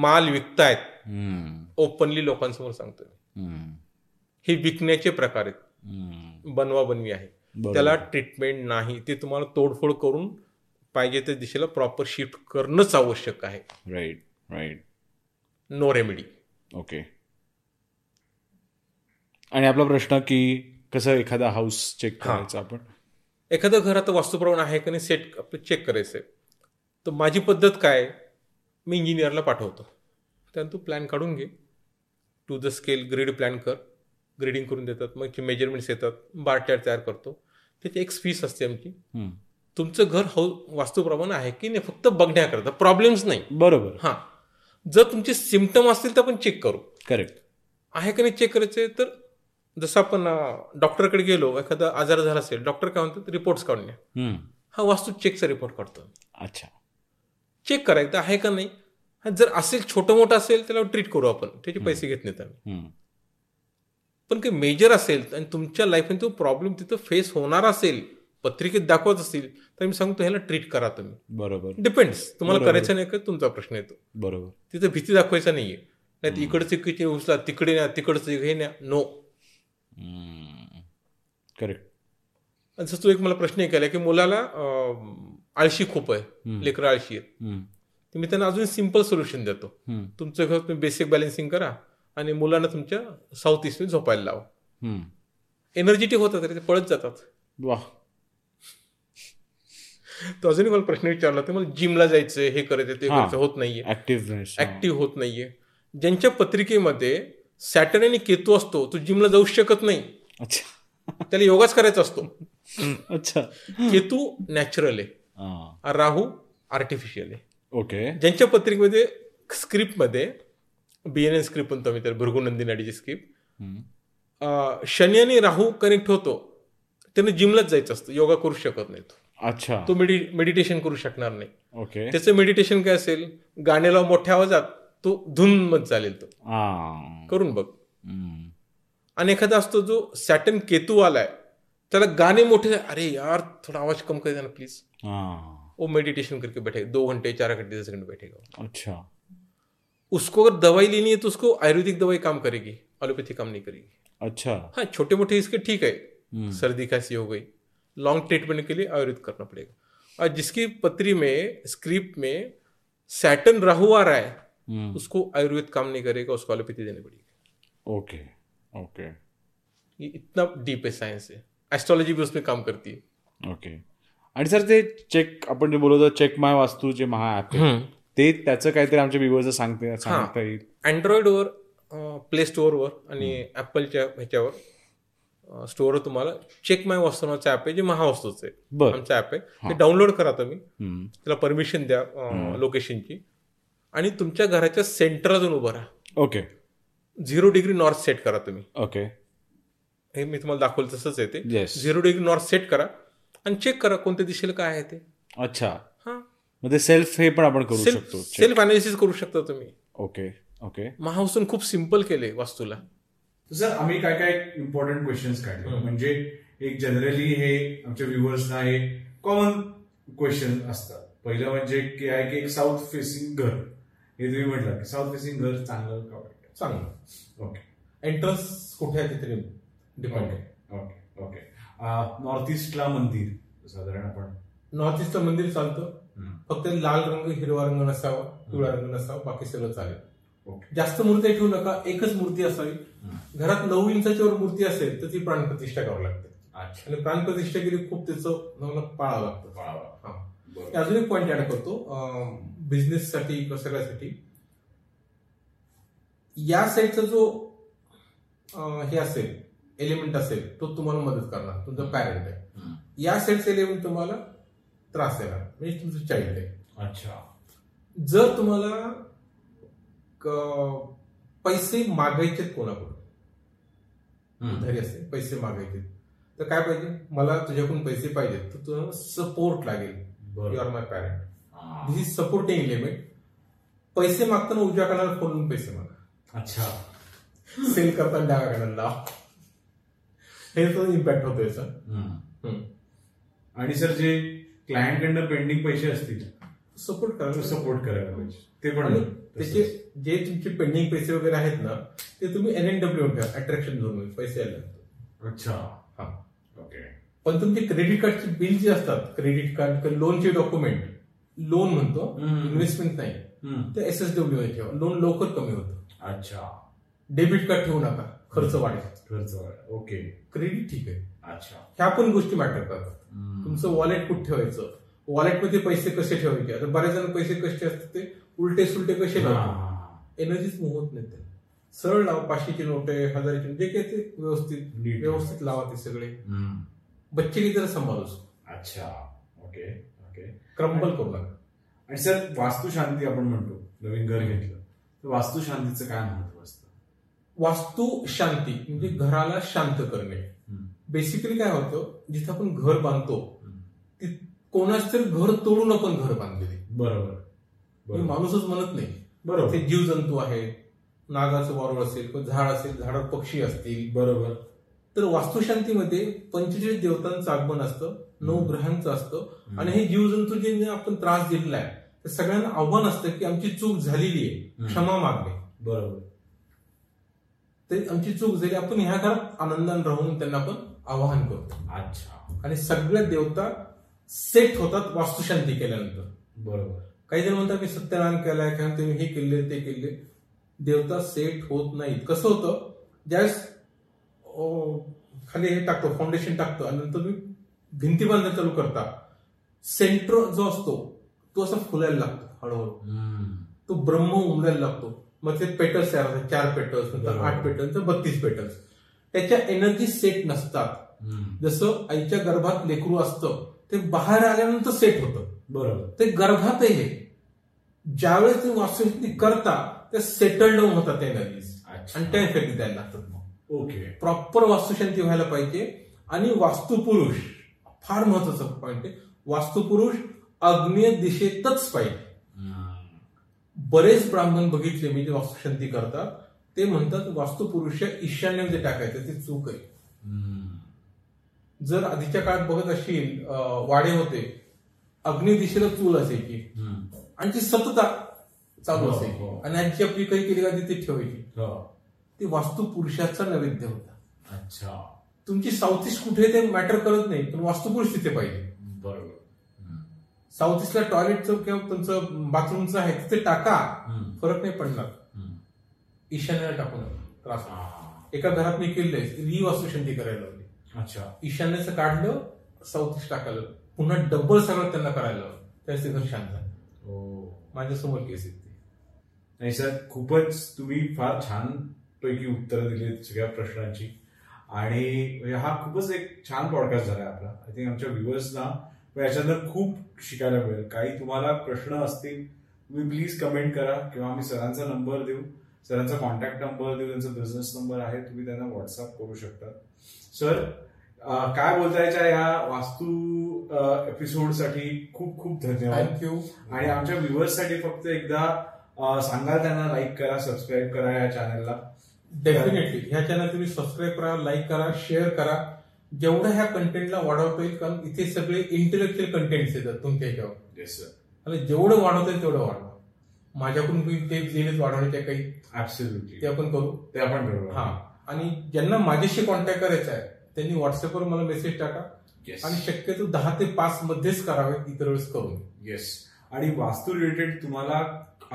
C: माल विकतायत
B: हम्म.
C: ओपनली लोकांसमोर सांगतोय
B: हम्म.
C: हे विकण्याचे प्रकार आहेत
B: हम्म.
C: बनवा बनवी आहे
B: बरोबर.
C: त्याला ट्रीटमेंट नाही ते तुम्हाला तोडफोड करून पाहिजे त्या दिशेला प्रॉपर शिफ्ट करणंच आवश्यक आहे
B: right right
C: no remedy
B: okay आणि आपला प्रश्न की कसं एखादा हाऊस चेक
C: हां.
B: करायचा आपण
C: एखादं घर आता वास्तुप्रमाण आहे का नाही सेट आपलं चेक करायचं आहे तर माझी पद्धत काय मी इंजिनियरला पाठवतो त्यानं तू प्लॅन काढून घे to the scale grid plan कर ग्रीडिंग करून देतात मग मेजरमेंट्स येतात बार चार्ट तयार करतो त्याची एक फीस असते आमची
B: हम्म.
C: तुमचं घर हाऊ वास्तूप्रमाणे आहे की नाही फक्त बघण्याकरता प्रॉब्लेम्स नाही
B: बरोबर
C: हां जर तुमचे सिमटम असतील तर आपण चेक करू
B: करेक्ट
C: आहे का नाही चेक करायचे तर जसं आपण अं, डॉक्टरकडे गेलो एखादा आजार झाला असेल डॉक्टर काय म्हणतात रिपोर्ट्स काढून या हा वास्तू चेकचा रिपोर्ट काढतो
B: अच्छा
C: चेक करायचं आहे का नाही हा जर असेल छोटं मोठं असेल त्याला ट्रीट करू आपण त्याचे पैसे घेत नाहीत आम्ही
B: हम्म.
C: पण काही मेजर असेल आणि तुमच्या लाईफमध्ये तो प्रॉब्लेम तिथं फेस होणार असेल पत्रिकेत दाखवत असतील तर मी सांगतो ह्याला ट्रीट करा तुम्ही
B: बरोबर
C: डिपेंड्स तुम्हाला
B: बरोबर.
C: करायचं नाही का तुमचा प्रश्न येतो
B: बरोबर
C: तिथं भीती दाखवायचा नाहीये नाही इकडचं किती उचला तिकडे न्या तिकडचं हे न्या नो
B: करेक्ट
C: जसं तो एक मला प्रश्न एक आला की मुलाला अं, आळशी खूप आहे
B: हम्म.
C: लेकरं आळशी आहेत तर मी त्यांना अजून सिम्पल सोल्युशन देतो तुमचं घर तुम्ही बेसिक बॅलेन्सिंग करा आणि मुलांना तुमच्या साऊथ ईस्टने झोपायला लावा एनर्जेटिक होतात रे ते पळत जातात
B: वा
C: तो अजूनही मला प्रश्न विचारला होता मला जिमला जायचं हे करायचं ते
B: हा.
C: करायचं होत नाहीये
B: ऍक्टिव्ह
C: ऍक्टिव्ह होत नाहीये ज्यांच्या पत्रिकेमध्ये सॅटर्डे आणि केतू असतो तो जिमला जाऊ शकत नाही
B: अच्छा
C: त्याला योगाच करायचा असतो
B: अच्छा
C: केतू नॅचरल आहे राहू आर्टिफिशियल आहे
B: ओके
C: ज्यांच्या पत्रिकेमध्ये स्क्रिप्टमध्ये बी एन एन स्क्रिप्ट म्हणतो मी तर भृगुनंदिनाडीची स्क्रिप्ट शनी आणि राहू कनेक्ट होतो त्यांना जिमलाच जायचं असतं योगा करू शकत नाही तो.
B: अच्छा
C: तो मेडि मेडिटेशन करू शकणार नाही
B: ओके
C: त्याचं मेडिटेशन काय असेल गाण्याला मोठ्या आवाजात तो धुन मत चालेल तो करून बघ आणि एखादा असतो जो सॅटन केतू आलाय त्याला गाणे मोठे अरे यार थोडा आवाज कम कर ना प्लीज वो मेडिटेशन करके बैठे दो घंटे चार घंटे दस घंटे बैठेगा
B: अच्छा
C: उसको अगर दवाई लेनी है तो उसको आयुर्वेदिक दवाई काम करेगी एलोपैथी काम नहीं करेगी
B: अच्छा
C: हाँ छोटे मोटे इसके ठीक है
B: हम्म.
C: सर्दी खांसी हो गई लॉन्ग ट्रीटमेंट के लिए आयुर्वेद करना पड़ेगा और जिसकी पत्री में स्क्रिप्ट में सैटन राहु आ रहा है
B: हम्म.
C: उसको आयुर्वेद काम नहीं करेगा उसको एलोपैथी देनी पड़ेगी
B: ओके ओके
C: ये इतना डीप है साइंस है एस्ट्रोलॉजी भी उसमें काम करती है
B: ओके आणि सर ते चेक आपण जे बोलत होतो चेक माय वास्तू जे महा ऍप ते त्याचं काहीतरी आमच्या व्ह्युअर्सला सांगते सांगता येईल
C: अँड्रॉइडवर प्ले स्टोअरवर आणि ॲपलच्या ह्याच्यावर अं, स्टोअरवर तुम्हाला चेक माय वस्तू नावाचं ॲप आहे जे महावस्तूचं आहे
B: बर
C: आमचं ॲप आहे ते
B: हा.
C: डाउनलोड करा तुम्ही
B: हम्म.
C: त्याला परमिशन द्या अं,
B: हम्म. लोकेशनची
C: आणि तुमच्या घराच्या सेंटरला जाऊन उभं राहा
B: okay
C: zero degree north set करा तुम्ही
B: ओके
C: हे मी तुम्हाला दाखवलं तसंच आहे ते
B: yes
C: zero degree north set करा आणि चेक करा कोणत्या दिशेला काय आहे ते
B: अच्छा
C: हा
B: मग ते सेल्फ हे पण आपण करू
C: सेल्फ
B: शकतो check.
C: सेल्फ अनालिसिस करू शकता तुम्ही
B: ओके ओके
C: महावस्तून खूप सिम्पल केले वास्तूला
A: सर आम्ही काय काय इम्पॉर्टंट क्वेश्चन्स काढले
C: हं.
A: म्हणजे एक जनरली हे आमच्या व्ह्युअर्सना हे कॉमन क्वेश्चन असतात पहिलं म्हणजे की आहे की एक साऊथ फेसिंग घर हे तुम्ही म्हटलं की साऊथ फेसिंग घर चांगलं का वाईट चांगलं ओके
C: एंट्रन्स कुठे आहे तिथे depend
A: okay okay okay north ईस्टला मंदिर साधारण आपण
C: नॉर्थ ईस्टचं मंदिर चालतं
A: हम्म.
C: फक्त लाल रंग हिरवा रंग नसावा पिवळा रंग नसावा बाकी सगळं चालेल
A: ओके.
C: जास्त मूर्ती ठेवू नका एकच मूर्ती असावी
A: हम्म.
C: घरात नऊ इंचाची वर मूर्ती असेल तर ती प्राणप्रतिष्ठा करावी लागते
A: अच्छा
C: आणि प्राणप्रतिष्ठा केली खूप त्याचं मला पाळावं लागतं
A: वा, वा.
C: हा.
A: बरं.
C: अजून एक पॉईंट ऍड करतो बिझनेससाठी किंवा सगळ्यासाठी या साईडचा जो अं, हे असेल एलिमेंट असेल तो तुम्हाला मदत करणार तुमचा पॅरेंट आहे
A: हम्म.
C: या साईडचा एलिमेंट तुम्हाला त्रास देणार म्हणजे तुमचं चाइल्ड आहे
A: अच्छा
C: जर तुम्हाला क- पैसे मागायचे कोणाकडून
A: हम्म.
C: धरी असेल पैसे मागायचे तर काय पाहिजे मला तुझ्याकडून पैसे पाहिजेत तर तुला सपोर्ट लागेल यू
A: बरं.
C: आर माय पॅरेंट
A: हा.
C: दिस इज सपोर्टिंग एलिमेंट पैसे मागताना उजव्या कानाला फोन पैसे मागा
A: अच्छा
C: सेल करताना डाव्या कानाला लाव हे तो इम्पॅक्ट होतो याचा
A: हम्म. आणि सर जे client कडनं पेंडिंग पैसे असतील
C: सपोर्ट करा
A: सपोर्ट करायला पाहिजे ते पण
C: आणि
A: तसंच.
C: त्याचे जे तुमचे पेंडिंग पैसे वगैरे आहेत ना ते तुम्ही एन एन डब्ल्यू ठेवा अट्रॅक्शन झोन मध्ये पैसे आले
A: अच्छा
C: हा.
A: ओके
C: पण तुमचे क्रेडिट कार्डचे बिल जे असतात क्रेडिट कार्ड लोनचे डॉक्युमेंट लोन म्हणतो इन्व्हेस्टमेंट नाही
A: हम्म.
C: ते एस एस डब्ल्यू मध्ये ठेवा लोन लवकर कमी होतं
A: अच्छा
C: डेबिट कार्ड ठेवू नका खर्च वाढेल
A: खर्च वाढ. ओके
C: क्रेडिट ठीक आहे
A: अच्छा
C: ह्या पण गोष्टी मॅटर करतात
A: हम्म.
C: तुमचं वॉलेट कुठे ठेवायचं वॉलेटमध्ये पैसे कसे ठेवायचे आता बऱ्याच जण पैसे कसे असतात ते उलटे सुलटे कसे लावतात
A: हा.
C: एनर्जीच मूव्ह होत नाही त्याला. सरळ लावा पाचशेची नोट आहे हजाराची note, जे काही ते व्यवस्थित
A: नीट.
C: व्यवस्थित लावा ते सगळे
A: हम्म.
C: बच्चे की जरा सांभाळू शकतो.
A: अच्छा ओके ओके
C: क्रम्बल करू नका
A: आणि सर वास्तुशांती आपण म्हणतो नवीन घर घेतलं तर वास्तुशांतीचं काय महत्व असतं
C: वास्तू शांती म्हणजे घराला शांत करणे
A: हम्म.
C: बेसिकली काय होतं जिथं आपण घर बांधतो
A: हम्म.
C: ती कोणाच तरी घर तोडून आपण घर बांधलेले
A: बरोबर बरोबर
C: माणूसच म्हणत नाही
A: बरोबर
C: ते जीवजंतू आहेत नागाचं वारूळ असेल किंवा झाड असेल झाडावर पक्षी असतील
A: बरोबर
C: तर वास्तुशांतीमध्ये पंचेचाळीस देवतांचं आगमन असतं नऊ ग्रहांचं असतं
B: हम्म.
C: आणि हे जीवजंतू जे आपण त्रास दिलेला आहे त्या सगळ्यांना आव्हान असतं की आमची चूक झालेली आहे
B: हम्म.
C: क्षमा मागणे
B: बरोबर
C: ते आमची चूक झाली आपण ह्या घरात आनंदाने राहून त्यांना आपण आवाहन करतो
B: अच्छा
C: आणि सगळ्या देवता सेट होतात वास्तुशांती केल्यानंतर
B: बरोबर
C: काही जण म्हणतात मी सत्यनारायण केलाय किंवा तुम्ही हे केले ते केले देवता सेट होत नाहीत कसं होतं ज्यावेळेस अं, खाली हे टाकतो फाउंडेशन टाकतो आणि नंतर तुम्ही भिंती बांधायला चालू करता सेंटर जो असतो तो असा फुलायला लागतो हळूहळू
B: हम्म.
C: तो ब्रह्म उमरायला लागतो मग ते पेटर्स तयार होतात चार पेटर्स नंतर
B: बरोबर.
C: आठ पेटर्स बत्तीस पेटर्स त्याच्या एनर्जी सेट नसतात
B: हम्म.
C: जसं आईच्या गर्भात लेकरू असतं ते बाहेर आल्यानंतर सेट होतं
B: बरोबर
C: ते गर्भातही आहे ज्यावेळेस तुम्ही वास्तुस्थिती करता ते सेटल डाऊन होतात त्या एनर्जीज
B: अच्छा
C: आणि त्या इफेक्ट द्यायला लागतात मग
B: ओके
C: प्रॉपर वास्तुशांती व्हायला पाहिजे आणि वास्तुपुरुष फार महत्वाचा पॉईंट आहे वास्तुपुरुष अग्नेय दिशेतच पाहिजे
B: हम्म.
C: बरेच ब्राह्मण बघितले मी जे वास्तुशांती करतात ते म्हणतात वास्तुपुरुषच्या ईशान्यमध्ये टाकायचं ते चूक आहे
B: हम्म.
C: जर आधीच्या काळात बघत असेल अं, वाडे होते अग्नेय दिशेला चूल असायची
B: हम्म.
C: आणि ती सतत चालू
B: हो,
C: असायची
B: हो.
C: आणि आजची आपली काही केली का ती तिथे ठेवायची
B: हो.
C: ती वास्तुपुरुषाचा नैवेद्य होता
B: अच्छा
C: तुमची साऊथ ईस्ट कुठे आहे ते मॅटर करत नाही पण वास्तुपुरुष तिथे पाहिजे
B: बरोबर हम्म.
C: साऊथ ईस्टला टॉयलेटचं किंवा तुमचं बाथरूमचं आहे तिथे टाका
B: हम्म.
C: फरक नाही पडणार
B: हम्म.
C: ईशान्याला टाकू नका त्रास होणार.
B: हा.
C: एका घरात मी केले रिवास्तुशांती करायला लावली
B: अच्छा
C: ईशान्याचं काढलं साऊथ ईस्ट टाकायला लावलं. पुन्हा डबल सगळं त्यांना करायला लावलं त्यावेळेस ते घर शांत झालं.
B: हो
C: माझ्यासमोर केस येते
B: नाही सर खूपच तुम्ही फार छान पैकी उत्तरं दिलीत सगळ्या प्रश्नांची आणि म्हणजे हा खूपच एक छान पॉडकास्ट झाला आपला आय थिंक आमच्या व्ह्युअर्सना याच्यातनं खूप शिकायला मिळेल काही तुम्हाला प्रश्न असतील तुम्ही प्लीज कमेंट करा किंवा आम्ही सरांचा नंबर देऊ सरांचा कॉन्टॅक्ट नंबर देऊ त्यांचा बिझनेस नंबर आहे तुम्ही त्यांना व्हॉट्सअप करू शकता सर अं, काय बोलतायच्या या वास्तू एपिसोडसाठी खूप खूप धन्यवाद
C: थँक्यू
B: आणि आमच्या व्ह्युअर्ससाठी फक्त एकदा अं, सांगा त्यांना लाईक करा सबस्क्राईब करा या चॅनलला
C: डेफिनेटली ह्या चॅनल तुम्ही सबस्क्राईब करा लाईक करा शेअर करा जेवढं ह्या कंटेंटला वाढवता येईल कारण इथे सगळे इंटेलेक्च्युअल कंटेंट्स येतात तुमच्या ह्याच्यावर
B: येस सर
C: आणि जेवढं वाढवता येईल तेवढं वाढवा माझ्याकडून तुम्ही टेप दिलेच वाढवण्याच्या काही
B: ऍब्सोल्युटली
C: ते आपण करू
B: ते आपण करू
C: हा आणि ज्यांना माझ्याशी कॉन्टॅक्ट करायचा आहे त्यांनी व्हॉट्सअपवर मला मेसेज टाका
B: येस
C: आणि शक्यतो दहा ते पाच मध्येच करावे इतर वेळेस करून
B: येस आणि वास्तू रिलेटेड तुम्हाला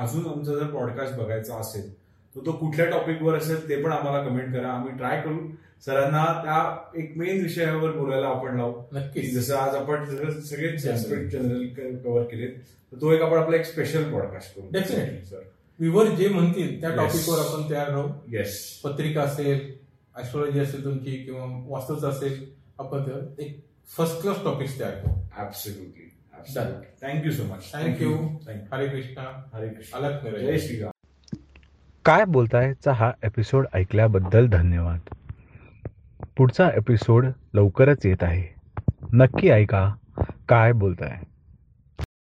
B: अजून आमचा जर पॉडकास्ट बघायचा असेल तर तो कुठल्या टॉपिकवर असेल ते पण आम्हाला कमेंट करा आम्ही ट्राय करू सरांना त्या एक मेन विषयावर बोलायला आपण लावू की
C: नक्कीच
B: जसं आज आपण जसं सगळेच
C: General.
B: aspect जनरल कव्हर केले तर तो एक आपण आपला एक स्पेशल पॉडकास्ट करू
C: Definitely.
B: सर
C: विवर जे म्हणतील त्या
B: Yes.
C: टॉपिकवर आपण तयार राहू
B: येस
C: पत्रिका असेल ऍस्ट्रॉलॉजी असेल तुमची किंवा वास्तूचं असेल आपण ते- एक फर्स्ट क्लास टॉपिक्स तयार करू
B: Absolutely. Absolutely. Thank you so much.
C: Thank you.
B: Thank
C: हरे कृष्णा
B: you. Hare Krishna.
C: अलग निरंजन
B: Jai Shri Ram.
D: काय बोलतायचा हा एपिसोड ऐकल्याबद्दल धन्यवाद पुढचा एपिसोड लवकरच येत आहे नक्की ऐका काय बोलताय